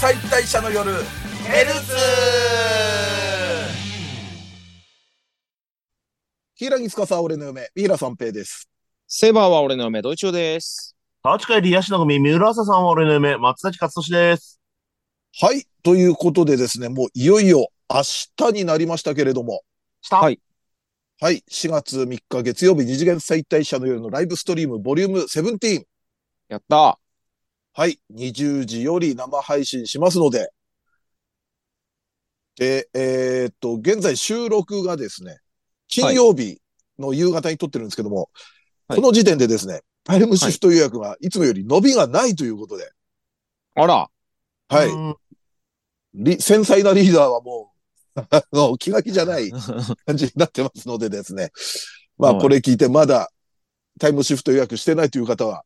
解体者の夜ヘルツ柊木司は俺の嫁、三浦三平です。セバーは俺の嫁、ドイチューです。川近よりヤシの組、三浦朝さんは俺の夢、松崎勝利です。はい。ということでですね、もういよいよ明日になりましたけれども、下。はいはい。4月3日月曜日、二次元再退者の夜のライブストリーム、ボリューム17。やったはい。20時より生配信しますので、で、えーっと、現在収録がですね、金曜日の夕方に撮ってるんですけども、はいこの時点でですね、タイムシフト予約がいつもより伸びがないということで、あら、はい。うんり、繊細なリーダーはもう、 あの、気が気じゃない感じになってますのでですね。まあ、はいこれ聞いてまだタイムシフト予約してないという方は、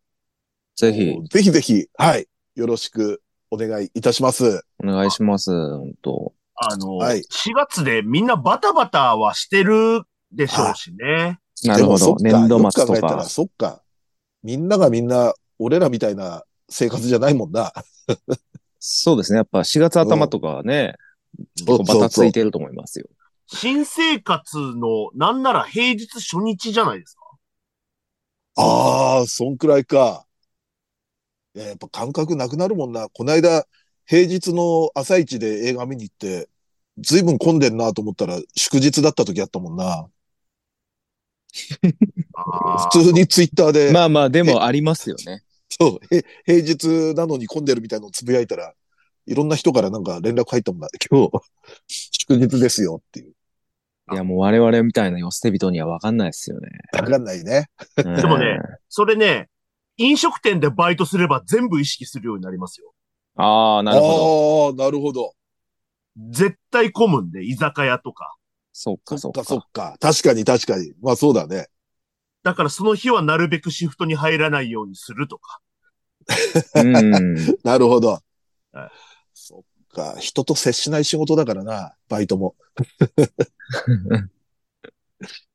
ぜひ、ぜひぜひ、はい、よろしくお願いいたします。お願いします。本当あの、はい4月でみんなバタバタはしてるでしょうしね。なるほでもそどっ。年度末よく考とえたら、か。そっか。みんながみんな、俺らみたいな生活じゃないもんな。そうですね。やっぱ4月頭とかはね、そう結構バタついてると思いますよ。新生活の、なんなら平日初日じゃないですか。ああ、そんくらいか。いややっぱ感覚なくなるもんな。この間、平日の朝一で映画見に行って、ずいぶん混んでんなと思ったら、祝日だった時あったもんな。あー普通にツイッターで、まあまあ、でもありますよね。そう、へ平日なのに混んでるみたいのをつぶやいたら、いろんな人からなんか連絡入ったもんだ。今日、祝日ですよっていう。いや、もう我々みたいな寄せ人には分かんないですよ ね。わかんないね。でもね。それね、飲食店でバイトすれば全部意識するようになりますよ。ああ、あなあるほど。ー、なるほど。絶対混むんで、居酒屋とか。そっか、そそっっかか。そっか。確かに確かに。まあそうだね。だからその日はなるべくシフトに入らないようにするとか。 うん。なるほど。はいそっか。人と接しない仕事だからな、バイトも。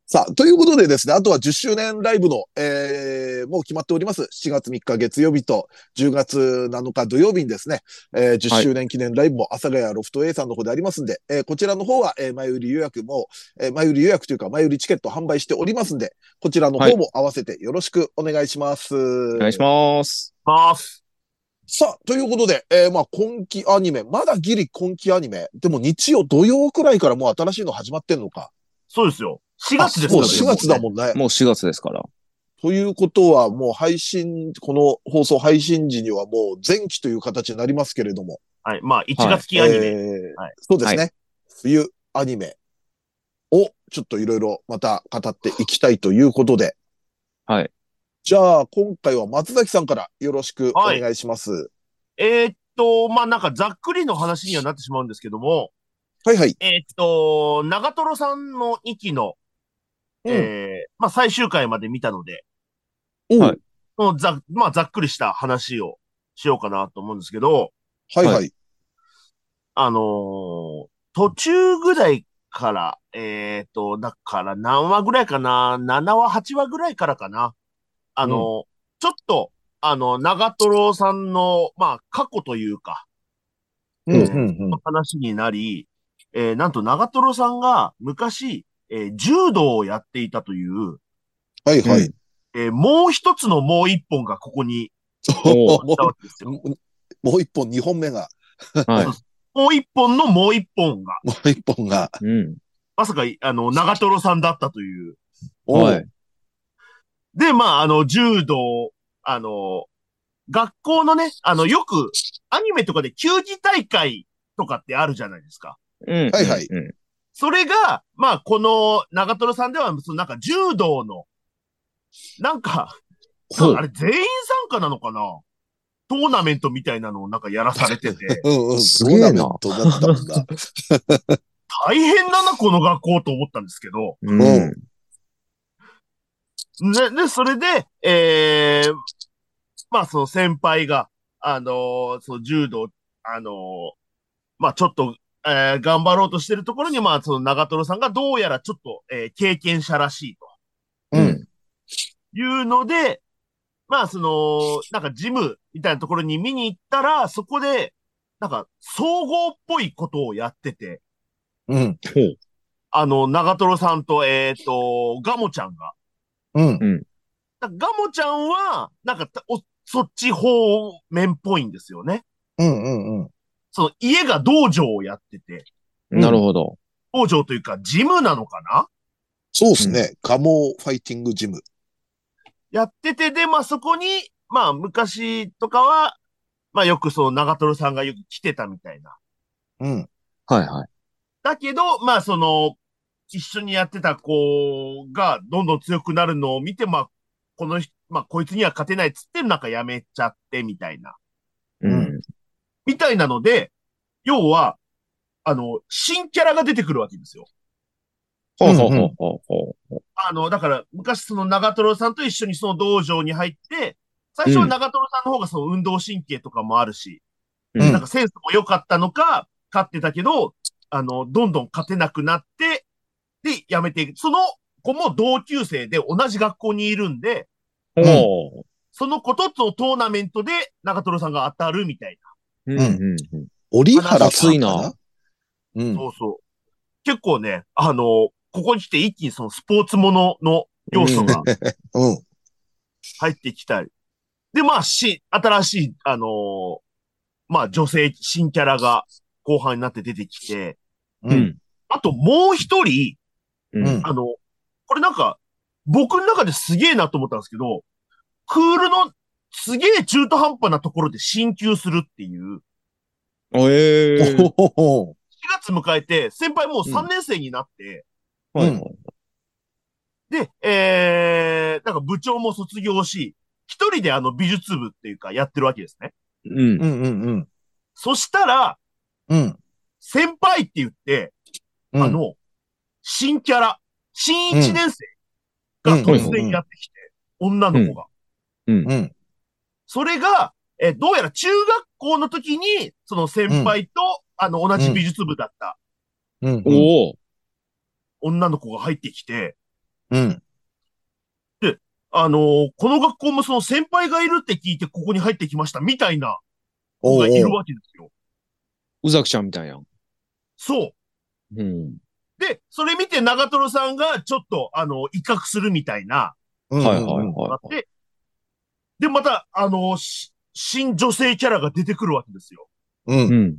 さあ、ということでですね、あとは10周年ライブの、えー、もう決まっております。7月3日月曜日と10月7日土曜日にですね、えー10周年記念ライブも阿佐ヶ谷ロフト A さんの方でありますんで、えーこちらの方は、えー前売り予約も、えー前売り予約というか前売りチケット販売しておりますんで、こちらの方も合わせてよろしくお願いします。お願いします。ます。さあ、ということで、えー、まあ、今期アニメ、まだギリ今期アニメ、でも日曜、土曜くらいからもう新しいの始まってんのか。そうですよ。4月ですもうから4月だもんね。もう4月ですから。ということは、もう配信、この放送配信時にはもう前期という形になりますけれども。はい。まあ、1月期アニメ。えーはいそうですね。は冬アニメをちょっといろいろまた語っていきたいということで。はい。じゃあ、今回は松崎さんからよろしくお願いします。えーっと、まあ、なんかざっくりの話にはなってしまうんですけども、はい、はい、えーっと、長瀞さんの2期の、うんえーまあ、最終回まで見たので、おうはいもうざ、まあ、ざっくりした話をしようかなと思うんですけど、はい、はい、はあのー途中ぐらいから、えーっと、だから何話ぐらいかな ?7 話、8話ぐらいからかなあのーちょっと、あの、長瀞さんの、まあ、過去というか、うん、うん、うん。話になり、えーなんと長瀞さんが昔、えー柔道をやっていたという、はい、はい。うんえーもう一つのもう一本がここにおあったわけですよ。もうもう一本、二本目が、はい。もう一本のもう一本が、もう一本が、うん。まさか、あの、長瀞さんだったという。おうはい。で、まあ、あの、柔道、あの、学校のね、あの、よく、アニメとかで球技大会とかってあるじゃないですか。うん。はいはいうん。それが、まあ、この長瀞さんでは、そのなんか柔道の、なんか、ほう、あれ全員参加なのかなトーナメントみたいなのをなんかやらされててうんうん、すげえなトーナメントだったもん だ。大変だな、この学校と思ったんですけど、うんうんね、で、それで、えー、まあ、その先輩が、あのーその柔道、あのーまあ、ちょっと、えー頑張ろうとしてるところに、まあ、その長瀞さんがどうやらちょっと、えー経験者らしいとううんん。いうので、まあ、その、なんかジムみたいなところに見に行ったら、そこで、なんか、総合っぽいことをやってて、うん。あの、長瀞さんと、えっ、と、ガモちゃんが。うん。だガモちゃんは、なんかたお、そっち方面っぽいんですよね。うん。うん。うん。その家が道場をやってて、うんなるほど。道場というか、ジムなのかなそうですね。ガモファイティングジム。やってて、で、まあそこに、まあ昔とかは、まあよくその長瀞さんがよく来てたみたいな。うん。はいはい。だけど、まあその、一緒にやってた子がどんどん強くなるのを見て、まあ、この人、まあこいつには勝てないっつって、なんかやめちゃってみたいな。うん。みたいなので、要は、あの、新キャラが出てくるわけですよ。ほうほうほうほうほあの、だから、昔その長瀞さんと一緒にその道場に入って、最初は長瀞さんの方がその運動神経とかもあるし、う。うんなんかセンスも良かったのか、勝ってたけど、あの、どんどん勝てなくなって、で、やめていく。その子も同級生で同じ学校にいるんで、ほ。その子とのトーナメントで長瀞さんが当たるみたいううんうんうん。折原さんかな。熱いなうな。ん。そうそう。結構ね、あの、ここに来て一気にそのスポーツものの要素がうん。入ってきたり。で、まあ、し、新しい、あのーまあ、女性、新キャラが後半になって出てきて、う。うんん。あともう一人、うん。うんあの、これなんか、僕の中ですげえなと思ったんですけど、クールのすげえ中途半端なところで進級するっていう、ええ。おほほほ4月迎えて、先輩もう3うん年生になって、はいはい。で、えー、なんか部長も卒業し、一人であの美術部っていうかやってるわけですね。うんう。んうんうん。そしたら、うん。先輩って言って、うんあ、の、新キャラ、新1年生が突然やってきて、女の子が。うん。それが、えーどうやら中学校の時に、その先輩と、あの、同じ美術部だったうん。おお。女の子が入ってきて、うん。あのーこの学校もその先輩がいるって聞いてここに入ってきましたみたいな子おがういるおう。わけですよ。宇崎ちゃんみたいやん。そう。うん。で、それ見て長瀞さんがちょっと、あの、威嚇するみたいな、うんはいはいうんあっはて、で、また、あのーし新女性キャラが出てくるわけですよ。うい。ん。ん。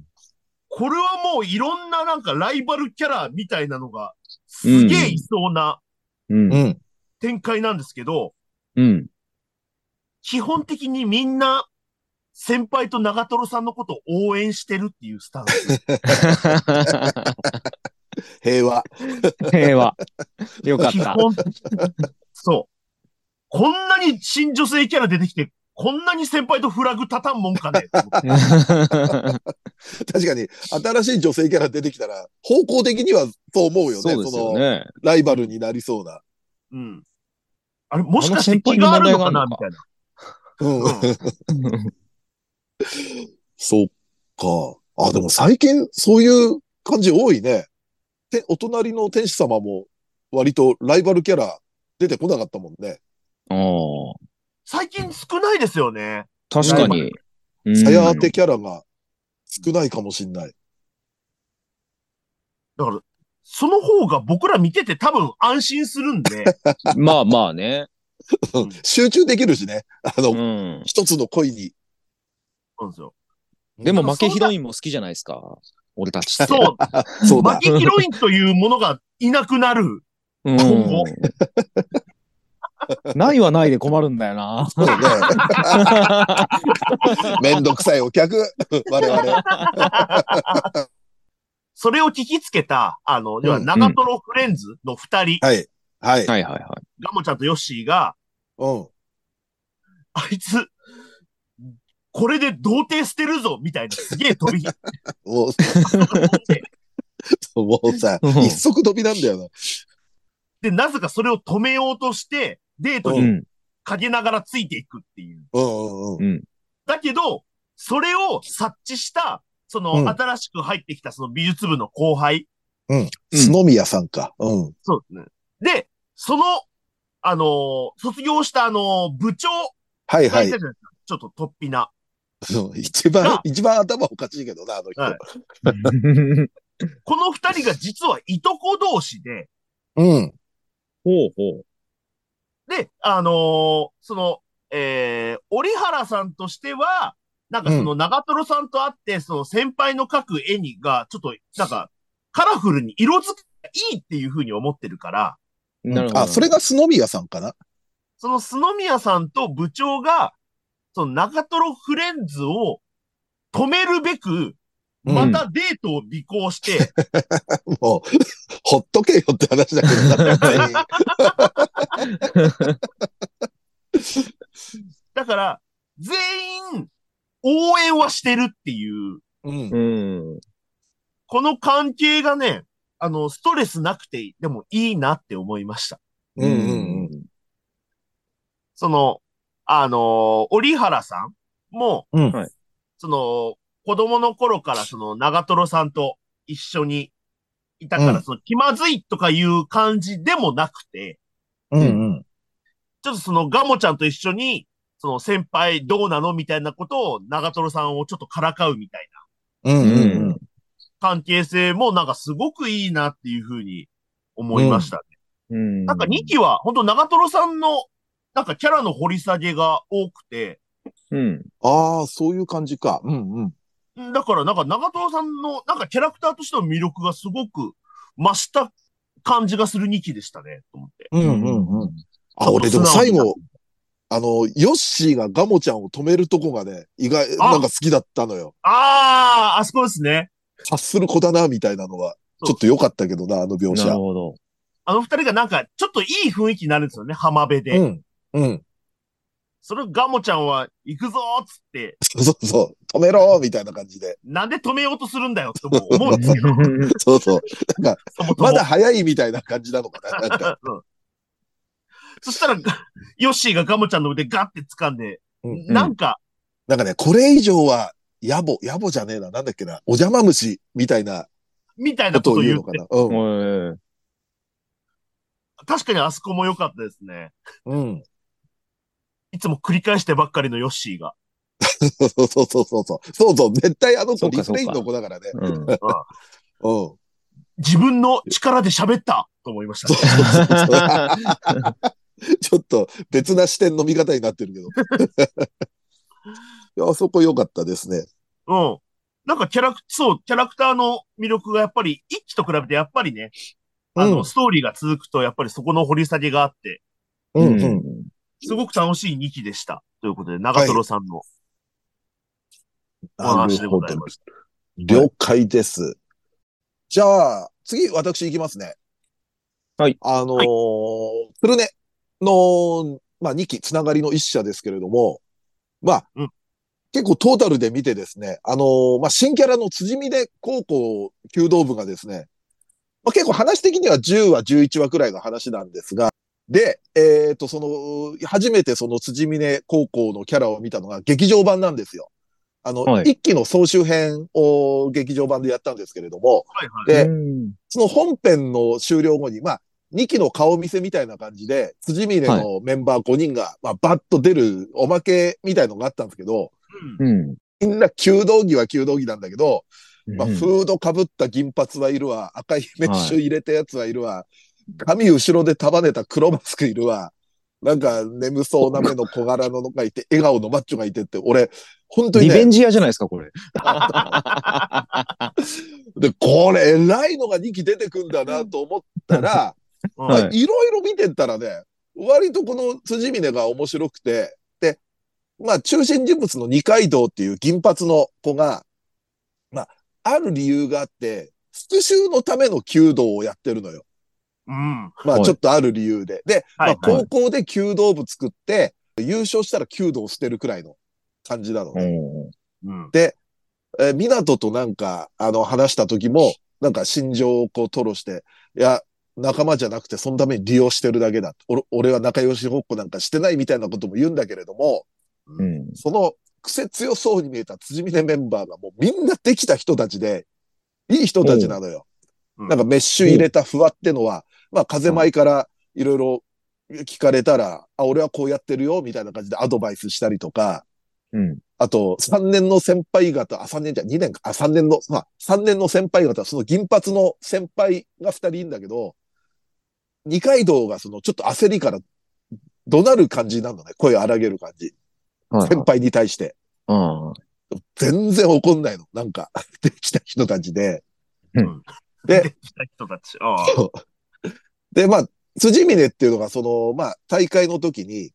これはもういろんななんかライバルキャラみたいなのが、すげえいそうな、うんう。ん。展開なんですけど、うん。基本的にみんな、先輩と長瀞さんのことを応援してるっていうスタンス。平和。平和。よかっ基た。本、そう。こんなに新女性キャラ出てきて、こんなに先輩とフラグ立たんもんかね。確かに、新しい女性キャラ出てきたら、方向的にはそう思うよね。そうですよの、ね。ライバルになりそうな。うん。あれ、もしかして気があるのかなみたいな。うん。うんそっか。あ、でも最近そういう感じ多いね。て、お隣の天使様も割とライバルキャラ出てこなかったもんね。ああ。最近少ないですよね。確かに。うんさや当てキャラが少ないかもしんない。だから、その方が僕ら見てて多分安心するんで、まあまあね。 うん集中できるしね。あの、うん。一つの恋に。そうなんですよ。でも負けヒロインも好きじゃないですか。俺たちって。そう。そうだ負。けヒロインというものがいなくなる。うん今後。ないはないで困るんだよな。そうね。 めんどくさいお客。我々。それを聞きつけた、あの、では、うん長トロフレンズの二人、はい。はい。はいはいはい。ガモちゃんとヨッシーが、うん。あいつ、これで童貞捨てるぞみたいな、すげえ 飛び火。もう、も うさ、うん一足飛びなんだよな。で、なぜかそれを止めようとして、デートうにん。かけながらついていくっていう。うんうんうん。だけど、それを察知した、そうの、ん新しく入ってきたその美術部の後輩。角宮さんか。うん。そうですね。で、その、あのー卒業したあのー部長はいがはいいたじゃ。ないですか。ちょっと突飛な。あの一番な、一番頭おかしいけどな、あの人。はいこの二人が実はいとこ同士で、うん。ほうほう。で、あのーその、えー、折原さんとしては、なんかその長瀞さんと会って、その先輩の描く絵にが、ちょっと、なんか、カラフルに色づくいいっていうふうに思ってるから、なるほど。あ、それがスノミヤさんかなそのスノミヤさんと部長が、その長瀞フレンズを止めるべく、うんまたデートを尾行して、もう、ほっとけよって話だけどな、別にだから、全員、応援はしてるっていう、うん。うん。この関係がね、あの、ストレスなくて、でもいいなって思いました。うんうんうん。その、あのー、折原さんも、うんはいその、子供の頃からその長瀞さんと一緒にいたから、うんその気まずいとかいう感じでもなくて、うんうん。ちょっとそのガモちゃんと一緒に、その先輩どうなのみたいなことを長瀞さんをちょっとからかうみたいなうんうんうん。関係性もなんかすごくいいなっていうふうに思いました。うん。なんか2期は本当長瀞さんのなんかキャラの掘り下げが多くて、うん。ああ、そういう感じか。うんうん。うんだから、なんか長藤さんの、なんかキャラクターとしての魅力がすごく増した感じがする2期でしたね、と思って。うんうんうん。あ、俺でも最後、あの、ヨッシーがガモちゃんを止めるとこがね、意外、あなんか好きだったのよ。ああ、あそこですね。察する子だな、みたいなのは。ちょっと良かったけどな、あの描なる写。ほど。あの二人がなんか、ちょっといい雰囲気になるんですよね、浜辺で。うん。うん。それをガモちゃんは、行くぞーっつって、 そうそうそう。止めろみたいな感じで。なんで止めようとするんだよってもう思うんですけど、そうそう。そもそも まだ早いみたいな感じなのかな。なんかうんそしたら、がヨッシーがガモちゃんの腕ガッて掴んで、うんなんか、なんかね、これ以上は、野暮、野暮じゃねえな。なんだっけな。お邪魔虫みたいなみたいこなこととをを言う言っのかて、な。うん。おい確かにあそこも良かったですね。うん。いつも繰り返してばっかりのヨッシーが。そうそうそうそうそう。そうそう。絶対あのそ子うリかそフうかレインの子だからね。うん。うん。自分の力で喋ったと思いましたそうね、そうそうそう。ちょっと別な視点の見方になってるけど。いや、あそこ良かったですね。うん。なんかキャラク、そう、キャラクターの魅力がやっぱり、一期と比べてやっぱりね、あの、うんストーリーが続くと、やっぱりそこの掘り下げがあって、うんううんん。すごく楽しい2期でした。ということで、長瀞さんのおなる話でごほざいど。ました。了解です。じゃあ、次、私行きますね。はい。あのー、鶴根の、まあ、2期、つながりの1社ですけれども、まあ、うん結構トータルで見てですね、あのーまあ、新キャラの辻見で高校弓道部がですね、まあ、結構話的には10話、11話くらいの話なんですが、で、えっ、と、その、初めてその辻峰高校のキャラを見たのが劇場版なんですよ。あの、はい一期の総集編を劇場版でやったんですけれども、はいはい。でうんその本編の終了後に、まあ、2期の顔見せみたいな感じで、辻峰のメンバー5人が、まあ、バッと出るおまけみたいのがあったんですけど、うんうん。みんな弓道着は弓道着なんだけど、まあ、うんフード被った銀髪はいるわ、赤いメッシュ入れたやつはいるわ、髪後ろで束ねた黒マスクいるわ、なんか眠そうな目の小柄ののがいて、笑顔のマッチョがいてって、俺、本当にリベねン、ジ屋じゃないですか、これ。でこれ偉いのが2期出てくんだなと思ったら、うんはいまあいろいろ見てったらね、割とこの辻峰が面白くて、で、まあ中心人物の二階堂っていう銀髪の子が、まあ、ある理由があって、復讐のための弓道をやってるのよ。うん。まあはいちょっとある理由で。で、まはあいはい。高校で弓道部作って、優勝したら弓道を捨てるくらいの感じなのね。うんうん。えー、港となんか、あの、話した時も、なんか心情をこう吐露して、いや、仲間じゃなくて、そのために利用してるだけだ。俺俺は仲良しごっこなんかしてないみたいなことも言うんだけれども、うん。その癖強そうに見えた辻峰メンバーがもうみんなできた人たちで、いい人たちなのよ。うんなんかメッシュ入れた不和ってのは、まあ風前からいろいろ聞かれたら、あ、俺はこうやってるよ、みたいな感じでアドバイスしたりとか、うん。あと、3年の先輩方、あ、3年じゃ、2年か、あ、3年の、まあ、3年の先輩方、その銀髪の先輩が2人いるんだけど、二階堂がその、ちょっと焦りから、怒鳴る感じなのね。声荒げる感じ。はい先輩に対して。はい。全然怒んないの。なんか、 できた人たちで。で出てきた人たち。ああ。で、まあ、辻峰っていうのが、その、まあ、大会の時に、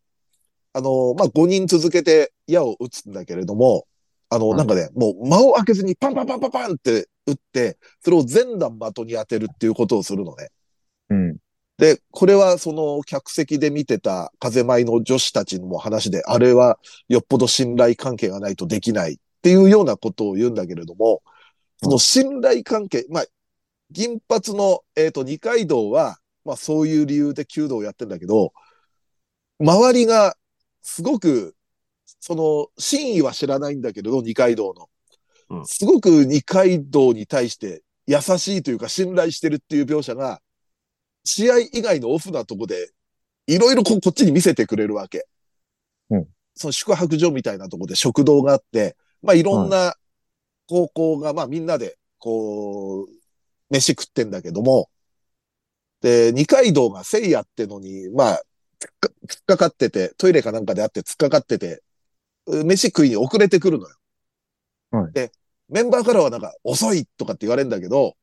あの、まあ、5人続けて矢を打つんだけれども、あの、はいなんかね、もう間を開けずにパンパンパンパンパンって打って、それを全弾的に当てるっていうことをするのね。うん。で、これはその客席で見てた風舞の女子たちのも話で、あれはよっぽど信頼関係がないとできないっていうようなことを言うんだけれども、その信頼関係、まあ、銀髪の、えっ、と、二階堂は、まあそういう理由で弓道をやってんだけど、周りがすごく、その真意は知らないんだけれど、二階堂うの。んすごく二階堂に対して優しいというか信頼してるっていう描写が、試合以外のオフなとこで、いろいろここっちに見せてくれるわけ。うんその宿泊所みたいなとこで食堂があって、まあいろんな高校が、まあみんなで、こう、飯食ってんだけども、で、二階堂がせいやってのに、まあ、つっか突っかかってて、トイレかなんかであって突っかかってて、う飯食いに遅れてくるのよ。はいで、メンバーからはなんか、遅いとかって言われるんだけど、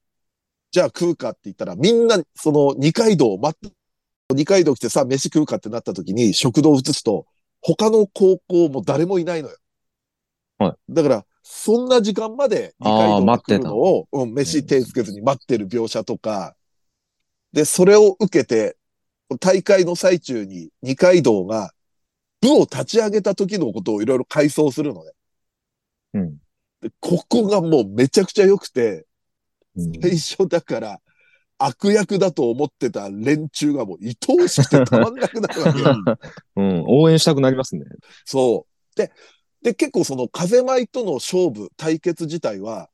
じゃあ食うかって言ったら、みんな、その二階堂を待って、二階堂来てさ、飯食うかってなった時に食堂移すと、他の高校も誰もいないのよ。。はいだから、そんな時間まで二階あー堂が待っ来てるたのを、うん、飯手つけずに待ってる描写とか、で、それを受けて、大会の最中に二階堂が部を立ち上げた時のことをいろいろ回想するのね。うん。で、ここがもうめちゃくちゃ良くて、うん最初だから悪役だと思ってた連中がもう愛おしくてたまんなくなるわけよ。うん。応援したくなりますね。そう。で、で、結構その風舞との勝負、対決自体は、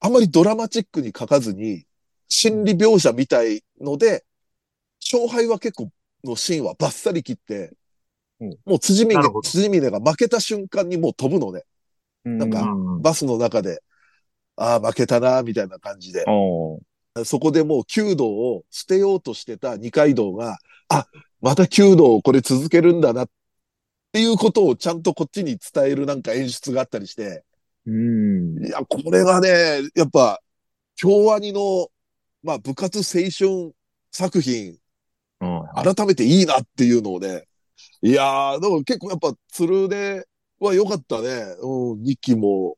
あんまりドラマチックに書かずに、心理描写みたいので、勝敗は結構のシーンはバッサリ切って、うんもう辻峰なるほ、ど辻峰が負けた瞬間にもう飛ぶのね。なんかバスの中で、ああ、負けたな、みたいな感じで。おそこでもう弓道を捨てようとしてた二階堂が、あ、また弓道をこれ続けるんだなっていうことをちゃんとこっちに伝えるなんか演出があったりして、うん。いや、これがね、やっぱ、京アニの、まあ部活青春作品、あ改めていいなっていうのをね、いやー、でも結構やっぱ鶴では良かったね。うん、2期も、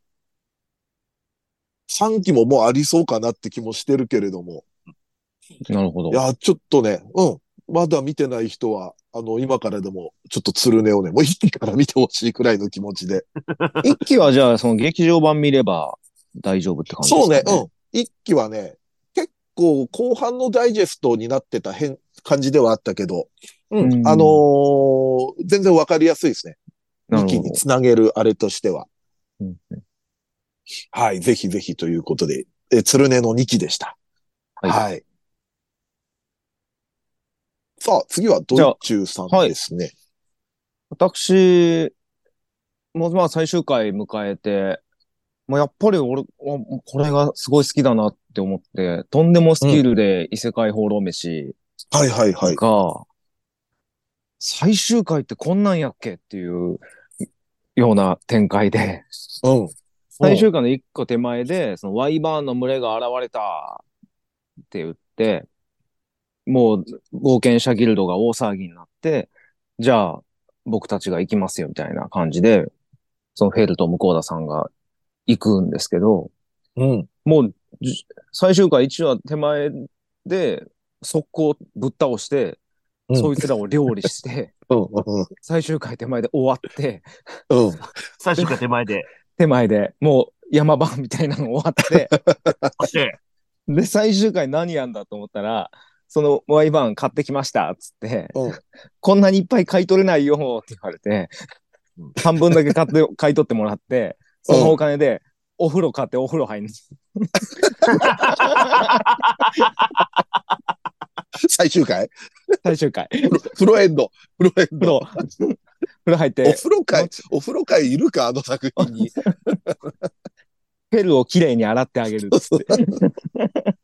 3期ももうありそうかなって気もしてるけれども。なるほどい。や、ちょっとね、うん。まだ見てない人は、あの、今からでも、ちょっと鶴音をね、もう一気から見てほしいくらいの気持ちで。一期はじゃあ、その劇場版見れば大丈夫って感じでそすうかね、うん。一気はね、結構後半のダイジェストになってた変、感じではあったけど、うん。うんあのー全然わかりやすいですね。なる一気ほどにつなげるあれとしては。うんはい、ぜひぜひということで、え、鶴音の2期でした。は。はいいさあ、次はドイチューさじゃあはんいですね。私、もうまあ最終回迎えて、もうやっぱり俺、おこれがすごい好きだなって思って、とんでもスキルで異世界放浪飯はいはいはい。が、最終回ってこんなんやっけっていうような展開で、うん。最終回の一個手前で、そのワイバーンの群れが現れたって言って、もう冒険者ギルドが大騒ぎになって、じゃあ僕たちが行きますよみたいな感じで、そのフェルと向田さんが行くんですけど、うん。もうじ最終回1話手前で速攻ぶっ倒して、うんそいつらを料理して、うん。うん。最終回手前で終わって、うん。最終回手前で。手前でもう山場みたいなの終わって、そして、で、最終回何やんだと思ったら、そのワイバーン買ってきましたっつって、うんこんなにいっぱい買い取れないよって言われてうん、半分だけ買って、買い取ってもらって、そのお金でお風呂買ってお風呂入るんです。最終回最終回。フロフロエンド。フロエン風ド。呂。風呂入っおて、風呂会、お風呂会いるかあの作品 に。ペルをきれいに洗ってあげるっつって。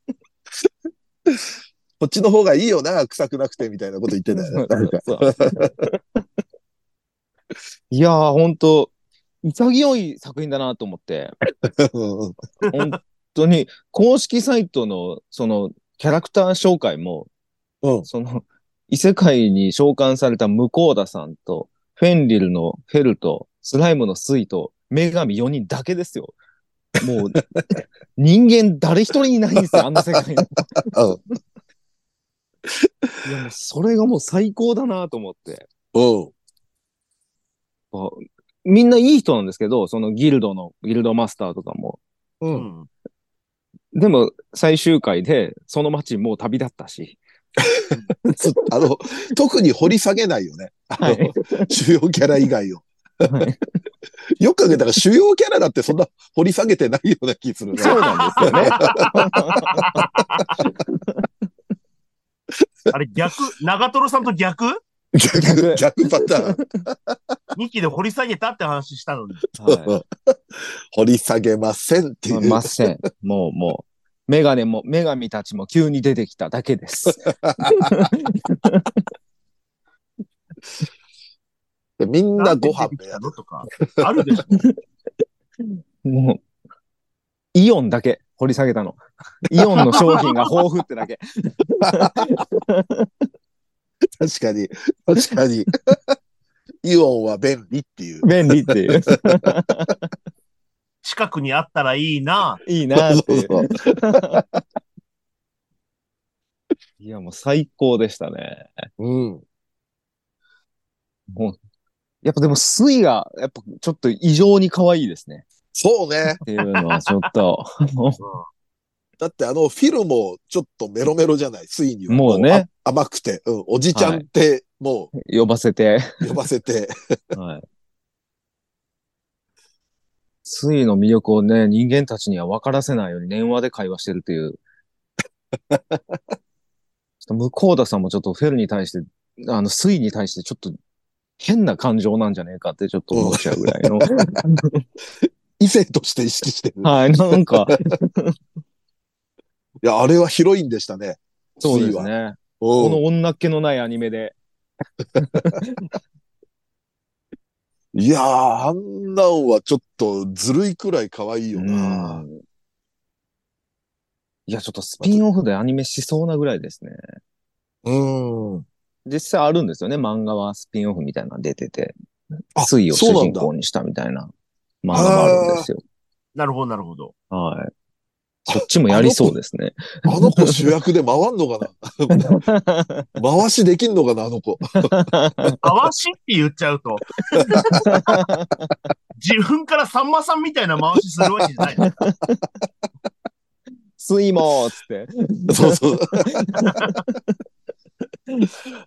こっちの方がいいよな、臭くなくて、みたいなこと言ってたよね。なんかそういやー、ほんと、潔い作品だなと思って、うん本当に、公式サイトの、その、キャラクター紹介も、うんその、異世界に召喚された向田さんと、フェンリルのフェルと、スライムのスイと、女神4人だけですよ。もう、人間誰一人いないんですよ、あの世界に。うんいやもうそれがもう最高だなと思って。うん。こうみんないい人なんですけど、そのギルドの、ギルドマスターとかも。う。うんん。でも、最終回で、その街もう旅立ったし。つあの、特に掘り下げないよね。あのはい主要キャラ以外を。はいよく考えたら主要キャラだってそんな掘り下げてないような気するね。そうなんですよね。あれ逆、長瀞さんと逆逆、 逆パターン。 ?2 期で掘り下げたって話したのに。は 掘り下げませんっていいまう。ません。もうもう、メガネも、女神たちも急に出てきただけです。 でみんなご飯出てきたのとか。あるでしょ。 もう、イオンだけ掘り下げたの。イオンの商品が豊富って だけ。確かに。確かに。 イオンは便利っていう。便利って いう。近くにあったらいいな。いいなっていう。そうそういや、もう最高でしたね。 うん。もう、やっぱでも、スイが、やっぱちょっと異常に可愛いですね。そうね。っていうのは、ちょっと、だってあのフィルもちょっとメロメロじゃない、ついには。もうねあ甘くて、うん。おじちゃんって、も呼ばせて、う呼ばせて。はい。スイの魅力をね、人間たちには分からせないように電話で会話してるという。ちょっと向田さんもちょっとフェルに対して、あの、スイに対してちょっと変な感情なんじゃねえかってちょっと思っちゃうぐらいの。 異性として意識してる。はい、なんか、いや、あれはヒロインでしたね。そうでスイすはね。こうんの女っ気のないアニメで。いやー、あんなんはちょっとずるいくらい可愛いよな。うんいや、ちょっとスピンオフでアニメしそうなぐらいですね。うん。実際あるんですよね。漫画はスピンオフみたいなの出ててあ、スイをそう主な人んだ公にしたみたいな漫画もあるんですよ。なるほど、なるほど。はい。そっちもやりそうですね。あの子主役で回んのか な回しできんのかなあの子。合わしって言っちゃうと。 自分からさんまさんみたいな回しするわけじゃない。スイもーっつって。そう そう。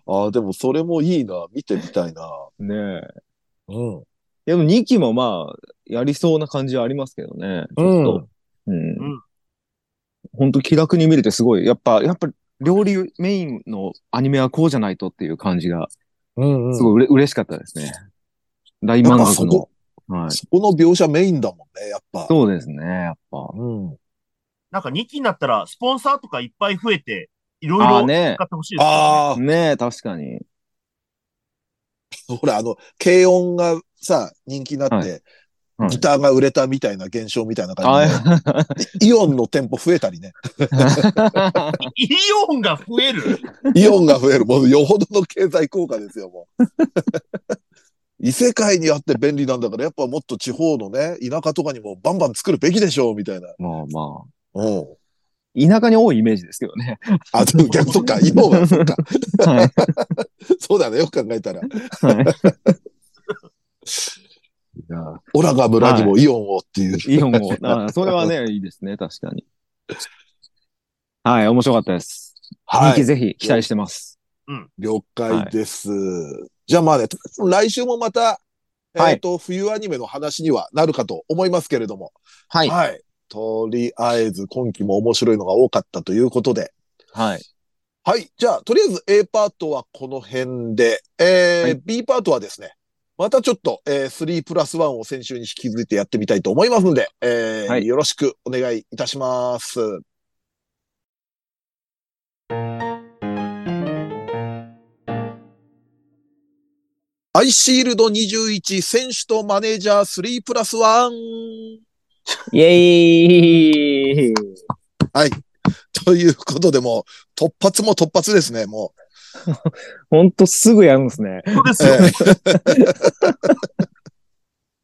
ああ、でもそれもいいな。見てみたいな。ねえ。うん。いやでも2期もまあ、やりそうな感じはありますけどね。ちょっと。うん。うんほんと気楽に見れてすごい。やっぱ、やっぱ料理メインのアニメはこうじゃないとっていう感じが、うんうんすごいうれ、嬉しかったですね。大満やっぱ足そのこ。はい。そこの描写メインだもんね、やっぱ。そうですね、やっぱ。うん。なんか2期になったら、スポンサーとかいっぱい増えて、いろいああろね使。ってほしいですね。あねえ、確かに。あ、ほら、あの、軽音がさ、人気になって、はいはいギターが売れたみたいな現象みたいな感じで、あイオンの店舗増えたりね。イオンが増える。イオンが増える。もうよほどの経済効果ですよ、も う。異世界にあって便利なんだから、やっぱもっと地方のね、田舎とかにもバンバン作るべきでしょう、みたいな。 まあまあ。うん。田舎に多いイメージですけどね。あ、でも逆、そっか、イオンはそっ か。はい。そうだね、よく考えたら。はオラが村にもイオンをっていう。 い。イオンも。あそれはね、いいですね。確かに。はい、面白かったです。はい人気ぜひ期待してます。了解です。じゃあまあね、来週もまた、はいえっ、と、冬アニメの話にはなるかと思いますけれども。はい。はい。とりあえず、今期も面白いのが多かったということで。はい。はい。じゃあ、とりあえず A パートはこの辺で、えーはい B パートはですね、またちょっと、えー、3プラス1を先週に引き続いてやってみたいと思いますので、えーはいよろしくお願いいたします。アイシールド21選手とマネージャー3プラス1。イエーイ ということでもう、突発も突発ですね、もほんとすぐやるんですね。そうですう。よ。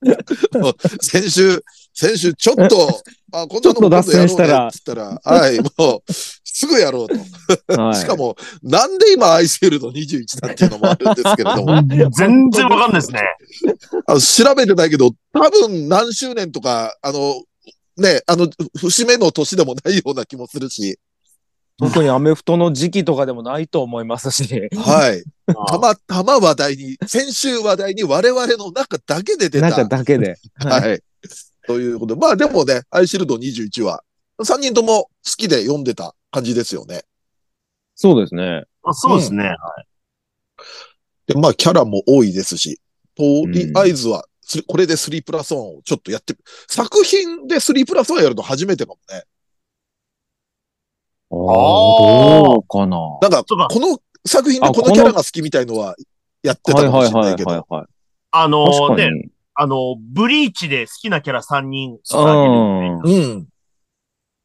ええもう先週、先週ちょっ と、あ、こんなのも今度やろうねちょっと脱線したらっつったら、はい、もう、すぐやろうと。はい。しかも、なんで今アイシールド21だっていうのもあるんですけれど も、全然わかんないですね。あの調べてないけど、多分何周年とか、あの、ね、あの、節目の年でもないような気もするし、特にアメフトの時期とかでもないと思いますし、はい。たあまたま話題に、先週話題に我々の中だけで出た。 中だけで。はいはい。ということで、まあでもね、アイシールド21は、3人とも好きで読んでた感じですよね。そうですね。あそうですね。で、まあ、キャラも多いですし、とりあえずは、すこれで3プラス1をちょっとやって、作品で3プラス1やるの初めてかもね。ああ、ーどうかな。はなんか、そうかこの作品であこのこのキャラが好きみたいのはやっていたはかもいはしいれなはいけど。いはい。あの確かね、に。あの、ブリーチで好きなキャラ3人う育てるん。うん。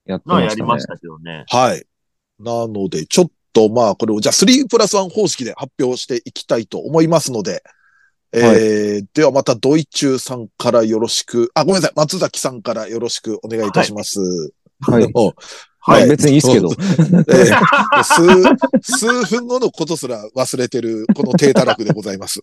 やってのはまやしりたまねし。たけどね。 はい。なので、ちょっとまあ、これを、じゃあ3プラス1方式で発表していきたいと思いますので、えーはではまたドイチューさんからよろしく、あ、ごめんなさい、松崎さんからよろしくお願いいたします。はいでもははいい。別にいいですけど。えー数、 数分後のことすら忘れてる、この低たらくでござい ます。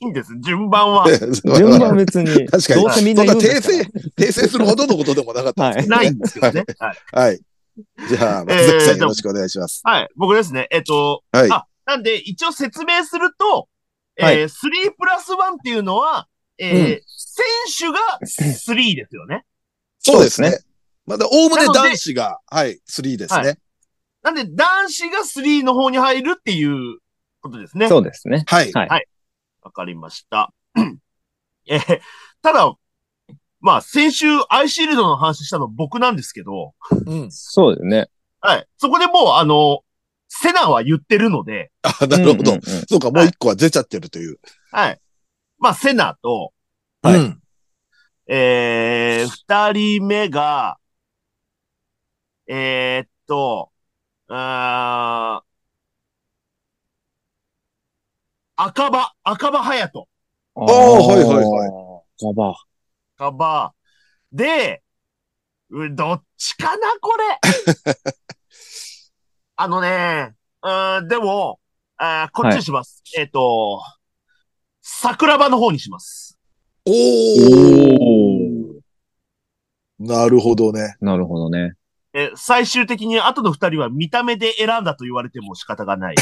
いいんです。順番は。順順番別 に。確かにどうせみんそなん言なうんで訂すか正、ら訂正するほどのことでもなかったんですけどなねいんですけどね。はい。はい。じゃあ、松崎さんよろしくお願いします。はい。僕ですね。えっと、はい。あなんで、一応説明すると、えはー、い3プラス1っていうのは、えー選手が3ですよね。そうですね。まだ、おおむねなので男子が、はい、3ですね。なんで、男子が3の方に入るっていうことですね。そうですね。はい。はいわかりました。 えーただ、まあ、先週、アイシールドの話したの僕なんですけど、うん。そうですね。はい。そこでもう、あの、セナは言ってるので、あ、なるほど。うんうんうんそうか、もう一個は出ちゃってるという。はい。まあ、セナと、はいうん。えー、二人目が、えー、っと、あー赤羽、赤羽隼人。あーはいはいはいやば。赤羽。で、うどっちかな、これ。あのね、うーん、でも、あーこっちにします。えーっと、桜庭の方にします。おー。おなるほどね。なるほど ね。えー最終的に後の二人は見た目で選んだと言われても仕方 がない。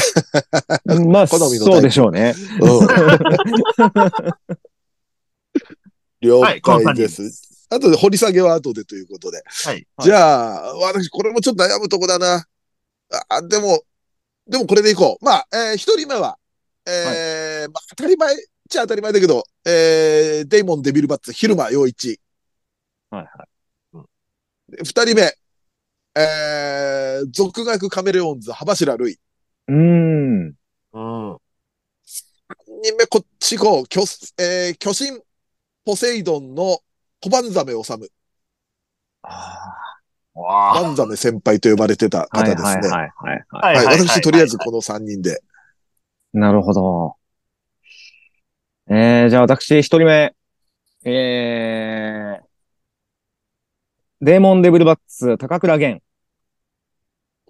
まあ、好みのタイプそうでしょうね。 うん。了はい、この三解人で。ですす。あとで掘り下げは後でということで。はい。はいじゃあ、私、これもちょっと悩むとこだな。あ、でも、でもこれでいこう。まあ、えー一人目は、えーまあ、当たり前っちゃ当たり前だけど、えーデイモン・デビルバッツ、昼間陽一。はいで二人目、えー、俗学カメレオンズ、羽柱類。うーん。うん。二人目、こっち行こう。巨、えー巨神ポセイドンの小判ザメ治。はわ小判ザメ先輩と呼ばれてた方でいすね。はいはいはいははい、私、とりあえずここの3人で。い。なるほど。えー、じゃあ私、一人目。えー、デーモンデブルバッツ、高倉源。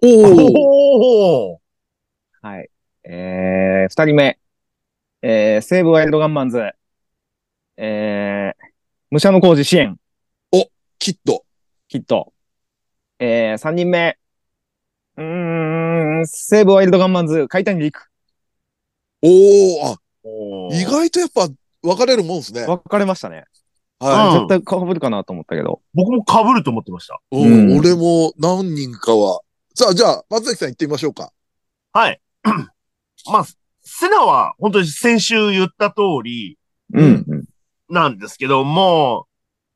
おおおーはい。えー、二人目。えー、西武ワイルドガンマンズ。えー、武者の工事支援、キッド。きっと。えー、三人目。うーん、西武ワイルドガンマンズ、海谷陸。おおあ、おー意外とやっぱ分かれるもんですね。分かれましたね。はうん絶対被るかなと思ったけど。僕も被ると思ってました。い。うんうん俺も何人かは。さあ、じゃあ、松崎さん行ってみましょうか。 はい。まあ、セナは本当に先週言った通りうん、うん。なんですけど、も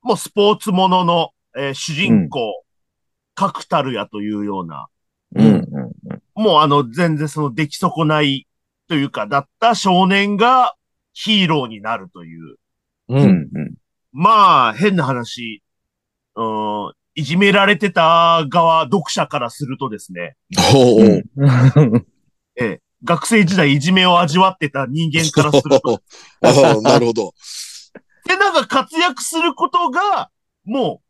う、もうスポーツものの、えー主人公、角タルヤというような、うん、うん。もうあの、全然その出来損ないというか、だった少年がヒーローになるという。う。うんん、うん。まあ、変な話。うーん、いじめられてた側、読者からするとですね、ほ う。ええ、学生時代いじめを味わってた人間からすると、ああ、なるほど。で、なんか活躍することが、も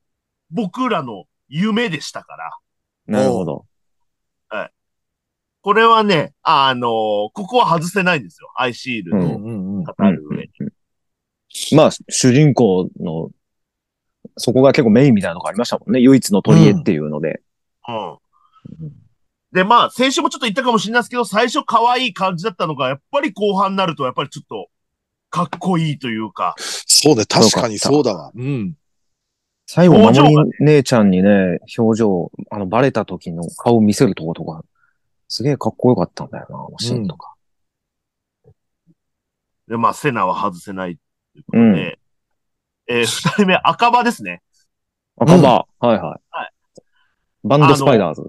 う、僕らの夢でしたから。なるほど。これはね、あのここは外せないんですよ。アイシールドをんうん。語る上に。まあ、主人公の、そこが結構メインみたいなのがありましたもんね。唯一の取り柄っていうので。うん。で、まあ、先週もちょっと言ったかもしれないですけど、最初可愛い感じだったのが、やっぱり後半になると、やっぱりちょっと、かっこいいというか、そうね、確かにそうだわ。うん。最後、マ表情モリがね姉ちゃんにね、表情、あの、バレた時の顔を見せるとことか、すげえかっこよかったんだよな、あのシーンとか。でまあ、セナは外せないというこうとん。で、えー 二人目、赤羽ですね。あ、カバー。はいは。はいバンドスパイダーズ。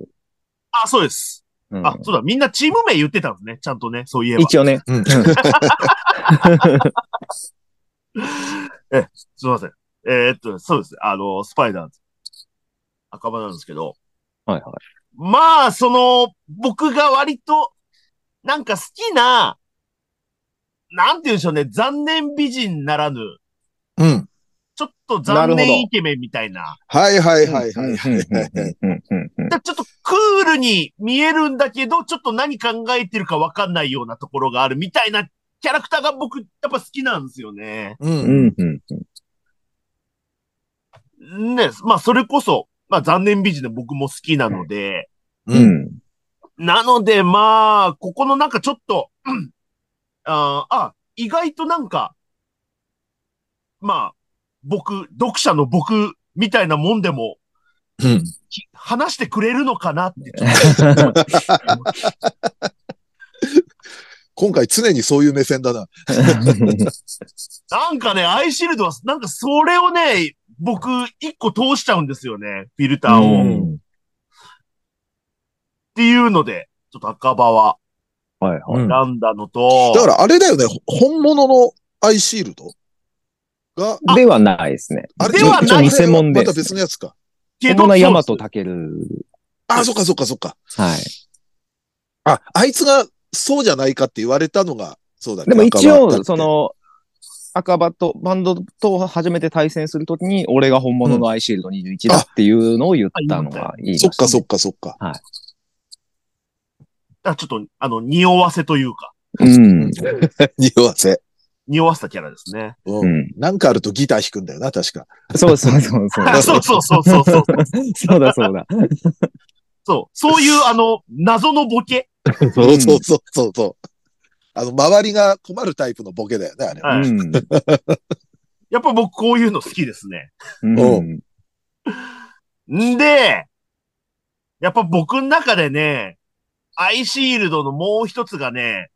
あ、そうです。うんあ、そうだ、みんなチーム名言ってたんですね、ちゃんとね、そういえば。一応ね。うん。え、すいません。えーっと、そうです。あの、スパイダーズ。赤羽なんですけど、はいはまあ、その、僕が割と、なんか好きな、なんて言うんでしょうね、残念美人ならぬ、うん。ちょっと残なるほど念イケメンみたいな。はいはいい。はいはいうんうんうんうんうんうんちょっとクールに見えるんだけど、ちょっと何考えてるかわかんないようなところがあるみたいなキャラクターが僕、やっぱ好きなんですよね。う。うんんうんうん。ね、まあそれこそ、まあ残念美人で僕も好きなので、う。うんん。なのでまあ、ここのなんかちょっと、うんあーあ、意外となんか、まあ、僕、読者の僕みたいなもんでも、うん。き話してくれるのかなって。今回常にそういう目線だな。なんかね、アイシールドは、なんかそれをね、僕、一個通しちゃうんですよね、フィルターを。うんっていうので、ちょっと赤羽ははいはい。選んだのと、だからあれだよね、本物のアイシールドが、ではないですね。あれではないちょちょ偽物でまた別のやつか。けこんなヤマそうトタケル。あ、そっかそっかそっか。はい。あ、あいつがそうじゃないかって言われたのが、そうだねでも一赤羽だっ応、てその、赤羽と、バンドと初めて対戦するときに、俺が本物のアイシールド21だっていうのを言ったのがいい、そっかそっっかそっか。だからちょっと、あの、匂わせというか、か。うん。匂わせ。匂わせたキャラです ね。う。うんん。なんかあるとギター弾くんだよな、確か。そうそうそうそう。あそうそうそうそうそう。そうだそうだ。そう、そういう、あの、謎のボケ。そううんそうそうそうそう。あの、周りが困るタイプのボケだよね、あれ。はいうん。やっぱ僕こういうの好きですね。うん。んで、やっぱ僕の中でね、アイシールドのもう一つがね、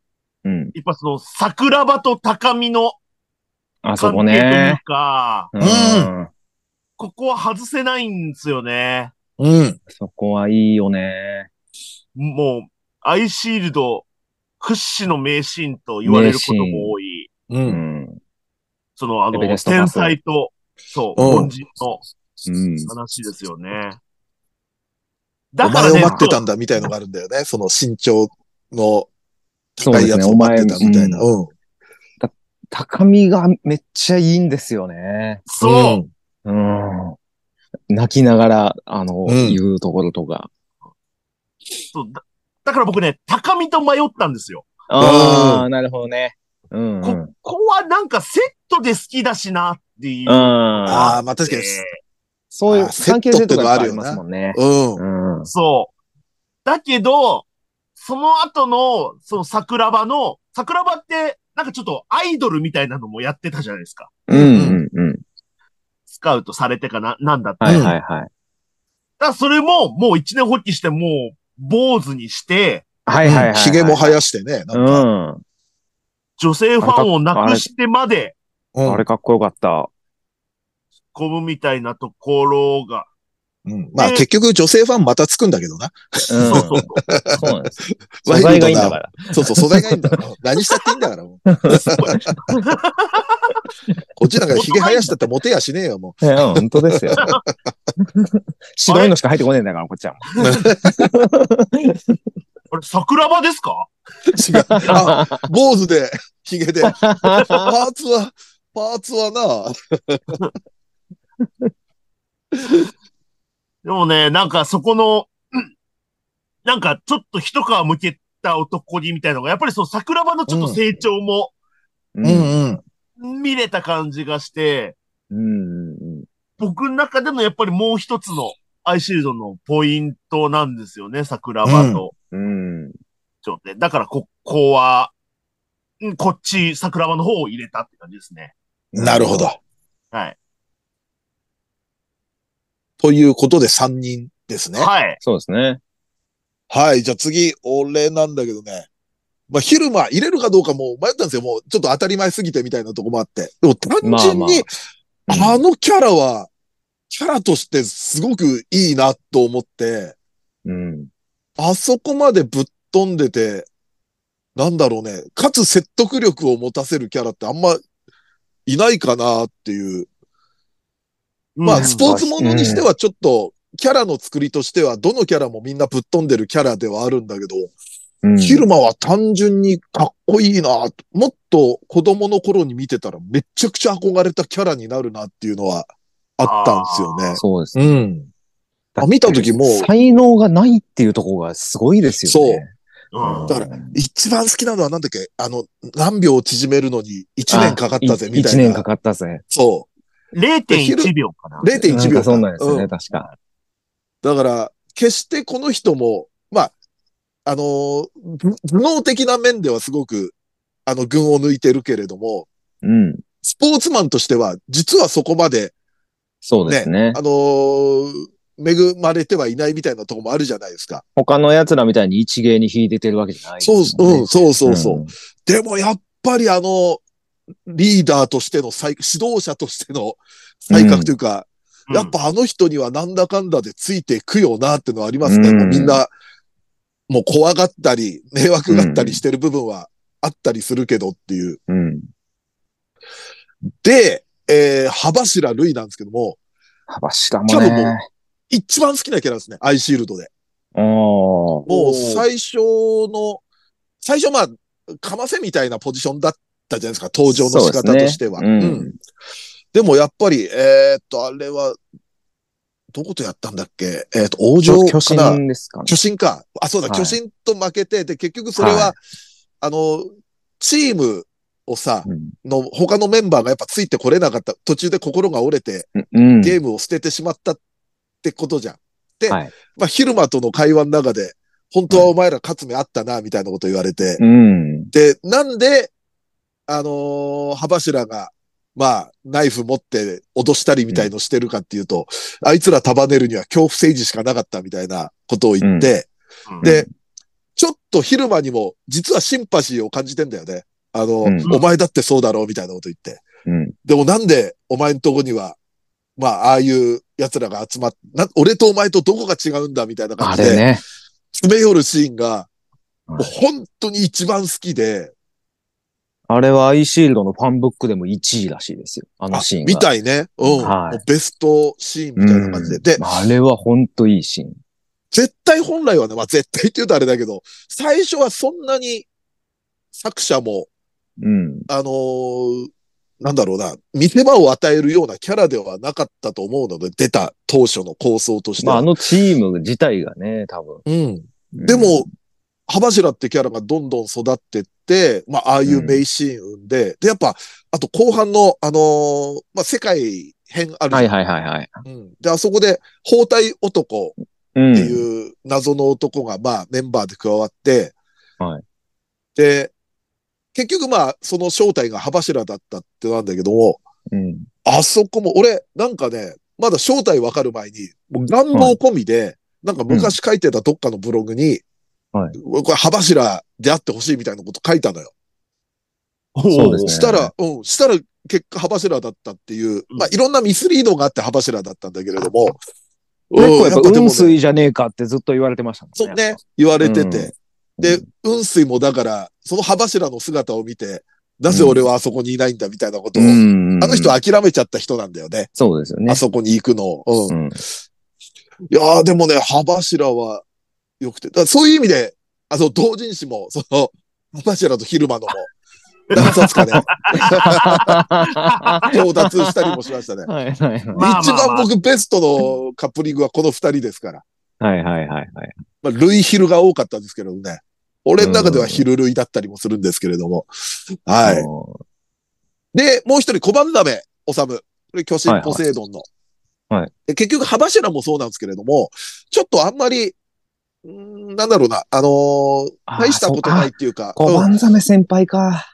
うん。やっぱその桜庭と高見のあそ関こ係というね。か、うねん。ここは外せないんですよね。うん。そこはいいよね。もう、アイシールド屈指の名シーンと言われることも多い。う。うんん。その、あのエベレ、ストパ天ス才と、そう、うん凡人のうん。話ですよね。おだ前からをね、待ってたんだ、みたいのがあるんだよね。その身長のそう高でいすやね。つをお待前ってた、みたいな。うんうん。高みがめっちゃいいんですよね。そう、うん。泣きながら、あの、うん言うところとか。そうだ。だから僕ね、高見と迷ったんですよ。ああ、なるほどね。うん、うこん。ここはなんかセットで好きだしなっていう。あああ、まあ確かに。そういうあー関係性とかあセりットってのはあまるよなすもんね。うん。うん。そう。だけど、その後の、その桜庭の、桜庭って、なんかちょっとアイドルみたいなのもやってたじゃないですか。うん、うん、うん。スカウトされてかな、なんだって。はい、はい、はい。だからそれも、もう一年発起して、もう、坊主にして、はい、はい、はい。ひげも生やしてね。なんうか、ん。女性ファンをなくしてまで、うんあれかっこよかった。コブみたいなところが、うんまあ結局女性ファンまたつくんだけどな。うん。そうそうそうそうなんです。ワ素イルドな材がいいんだから。そうそう、素材がいいんだから。 何したっていいんだから、もう。こっちなんか髭生やしたってモテやしねえよ、もいや、うん本当です よ。白いのしか入ってこねえんだから、こっちはも あれ、桜庭ですかう。違う。 あ、坊主で、髭で。パーツは、パーツはな、でもね、なんかそこの、うんなんかちょっと一皮むけた男にみたいなのが、やっぱりその桜庭のちょっと成長もう。う。んうん。見れた感じがして、うんうん。僕の中でのやっぱりもう一つのアイシールドのポイントなんですよね、桜庭のうん。頂点。だからここは、うんこっち桜庭の方を入れたって感じですね。なるほど。はい。ということで3人ですね。はい。そうですね。はい、じゃあ次、俺なんだけどね。まあ、昼間入れるかどうかも迷ったんですよ。もうちょっと当たり前すぎてみたいなとこもあって。でも単純まあまあに、あのキャラは、キャラとしてすごくいいなと思って、うん。あそこまでぶっ飛んでて、なんだろうね、かつ説得力を持たせるキャラってあんまいないかなっていう。まうあ、んスポーツものにしてはちょっと、キャラの作りとしては、どのキャラもみんなぶっ飛んでるキャラではあるんだけど、うんヒルマは単純にかっこいいなともっと子供の頃に見てたらめちゃくちゃ憧れたキャラになるなっていうのはあったんですよね。そうです。うん。あ見た時も才能がないっていうところがすごいですよね。うんだから、一番好きなのはなんだっけあの、何秒縮めるのに1年かかったぜ、みたい1な。年かかったぜ。そ0.1秒かなう。。0.1な秒んかそんなんですようね、ん確か。だから、決してこの人も、まあ、あのー頭頭脳的な面ではすごく、あの、群を抜いてるけれども、うん。スポーツマンとしては、実はそこまでそうですね。あのー恵まれてはいないみたいなとこもあるじゃないですか。他の奴らみたいに一芸に秀でてるわけじゃないですそもう、んね。うん、そうそうそう。んでもやっぱりあの、リーダーとしての才、指導者としての 才覚というか、やっぱあの人にはなんだかんだでついていくよなってのはありますね。うんもうみんな、もう怖がったり、迷惑がったりしてる部分はあったりするけどっていう。うん。で、えー、羽柱類なんですけども、幅白も多分ね。一番好きなキャラですね。アイシールドで。おーもおうー最初の、最初まあ、かませみたいなポジションだったじゃないですか、登場の仕方そうですねとしては。うんでもやっぱり、えーっと、あれは、どことやったんだっけえーっと、王城巨かな神ですかね。巨神か。あ、そうだ、はい巨神と負けて、で、結局それは、はいあの、チームをさ、うんの、他のメンバーがやっぱついてこれなかった、途中で心が折れて、うん。ゲームを捨ててしまったってことじゃん。で、はいまあ、ヒルマとの会話の中で、本当はお前ら勝つ目あったな、みたいなこと言われて、うん。で、なんで、あのー、羽柱が、まあ、ナイフ持って脅したりみたいのしてるかっていうと、あいつら束ねるには恐怖政治しかなかったみたいなことを言って、うんで、ちょっとヒルマにも、実はシンパシーを感じてんだよね。あの、うんお前だってそうだろうみたいなこと言って。うん。でもなんでお前んとこには、まあ、ああいう奴らが集まっな、俺とお前とどこが違うんだみたいなあ感じれで、ね。詰め寄るシーンが、はもいう本当に一番好きで、あれはアイシールドのファンブックでも1位らしいですよ。あのあシーンが。みたいね。うん。はもいうベストシーンみたいな感じで。でうん、あれはほんといいシーン。絶対本来はね、まあ絶対って言うとあれだけど、最初はそんなに作者も、うん。あのーなんだろうな、見せ場を与えるようなキャラではなかったと思うので、出た当初の構想としてまあ、は。あのチーム自体がね、多分。うん。うんでも、、羽柱ってキャラがどんどん育ってって、まあ、ああいう名シーン生んで、で、やっぱ、あと後半の、あのーまあ、世界編あるじゃんはいはいはいはい。うん。で、あそこで、包帯男っうん。ていう謎の男が、まあ、メンバーで加わって、はい。で、結局まあ、その正体が羽柱だったってなんだけども、うん。あそこも、俺、なんかね、まだ正体わかる前に、もう願望込みで、なんか昔書いてたどっかのブログに、はいこれ、羽柱であってほしいみたいなこと書いたのよ。そうですねしたら、うん、したら結果、羽柱だったっていう、まあ、いろんなミスリードがあって羽柱だったんだけれども、結構やっぱうんでも運ね水じゃねえかってずっと言われてましたもんそうね、言われてて、うんで、雲水もだから、その羽柱の姿を見て、なぜ俺はあそこにいないんだみたいなことを、うん。あの人諦めちゃった人なんだよね。そうですよねあ。そこに行くのを。うんうんいやーでもね、羽柱は良くて。だからそういう意味で、あの、同人誌も、その、羽柱と昼間のも、何冊かね、 は上達したりもしましたね。いはいはい。まあ一まあま番あ僕ベストのカップリングはこの二人ですから。はいはいはいはい。まあ、ルイヒルが多かったですけどね。俺の中ではヒルルイだったりもするんですけれども。はい。い。で、もう一人、小判鍋治む。これ巨神ポセイドンの。はいはいで結局、羽柱もそうなんですけれども、ちょっとあんまり、うーんなんだろうな、あのーあー大したことないっていうか、小うん判ザメ先輩か。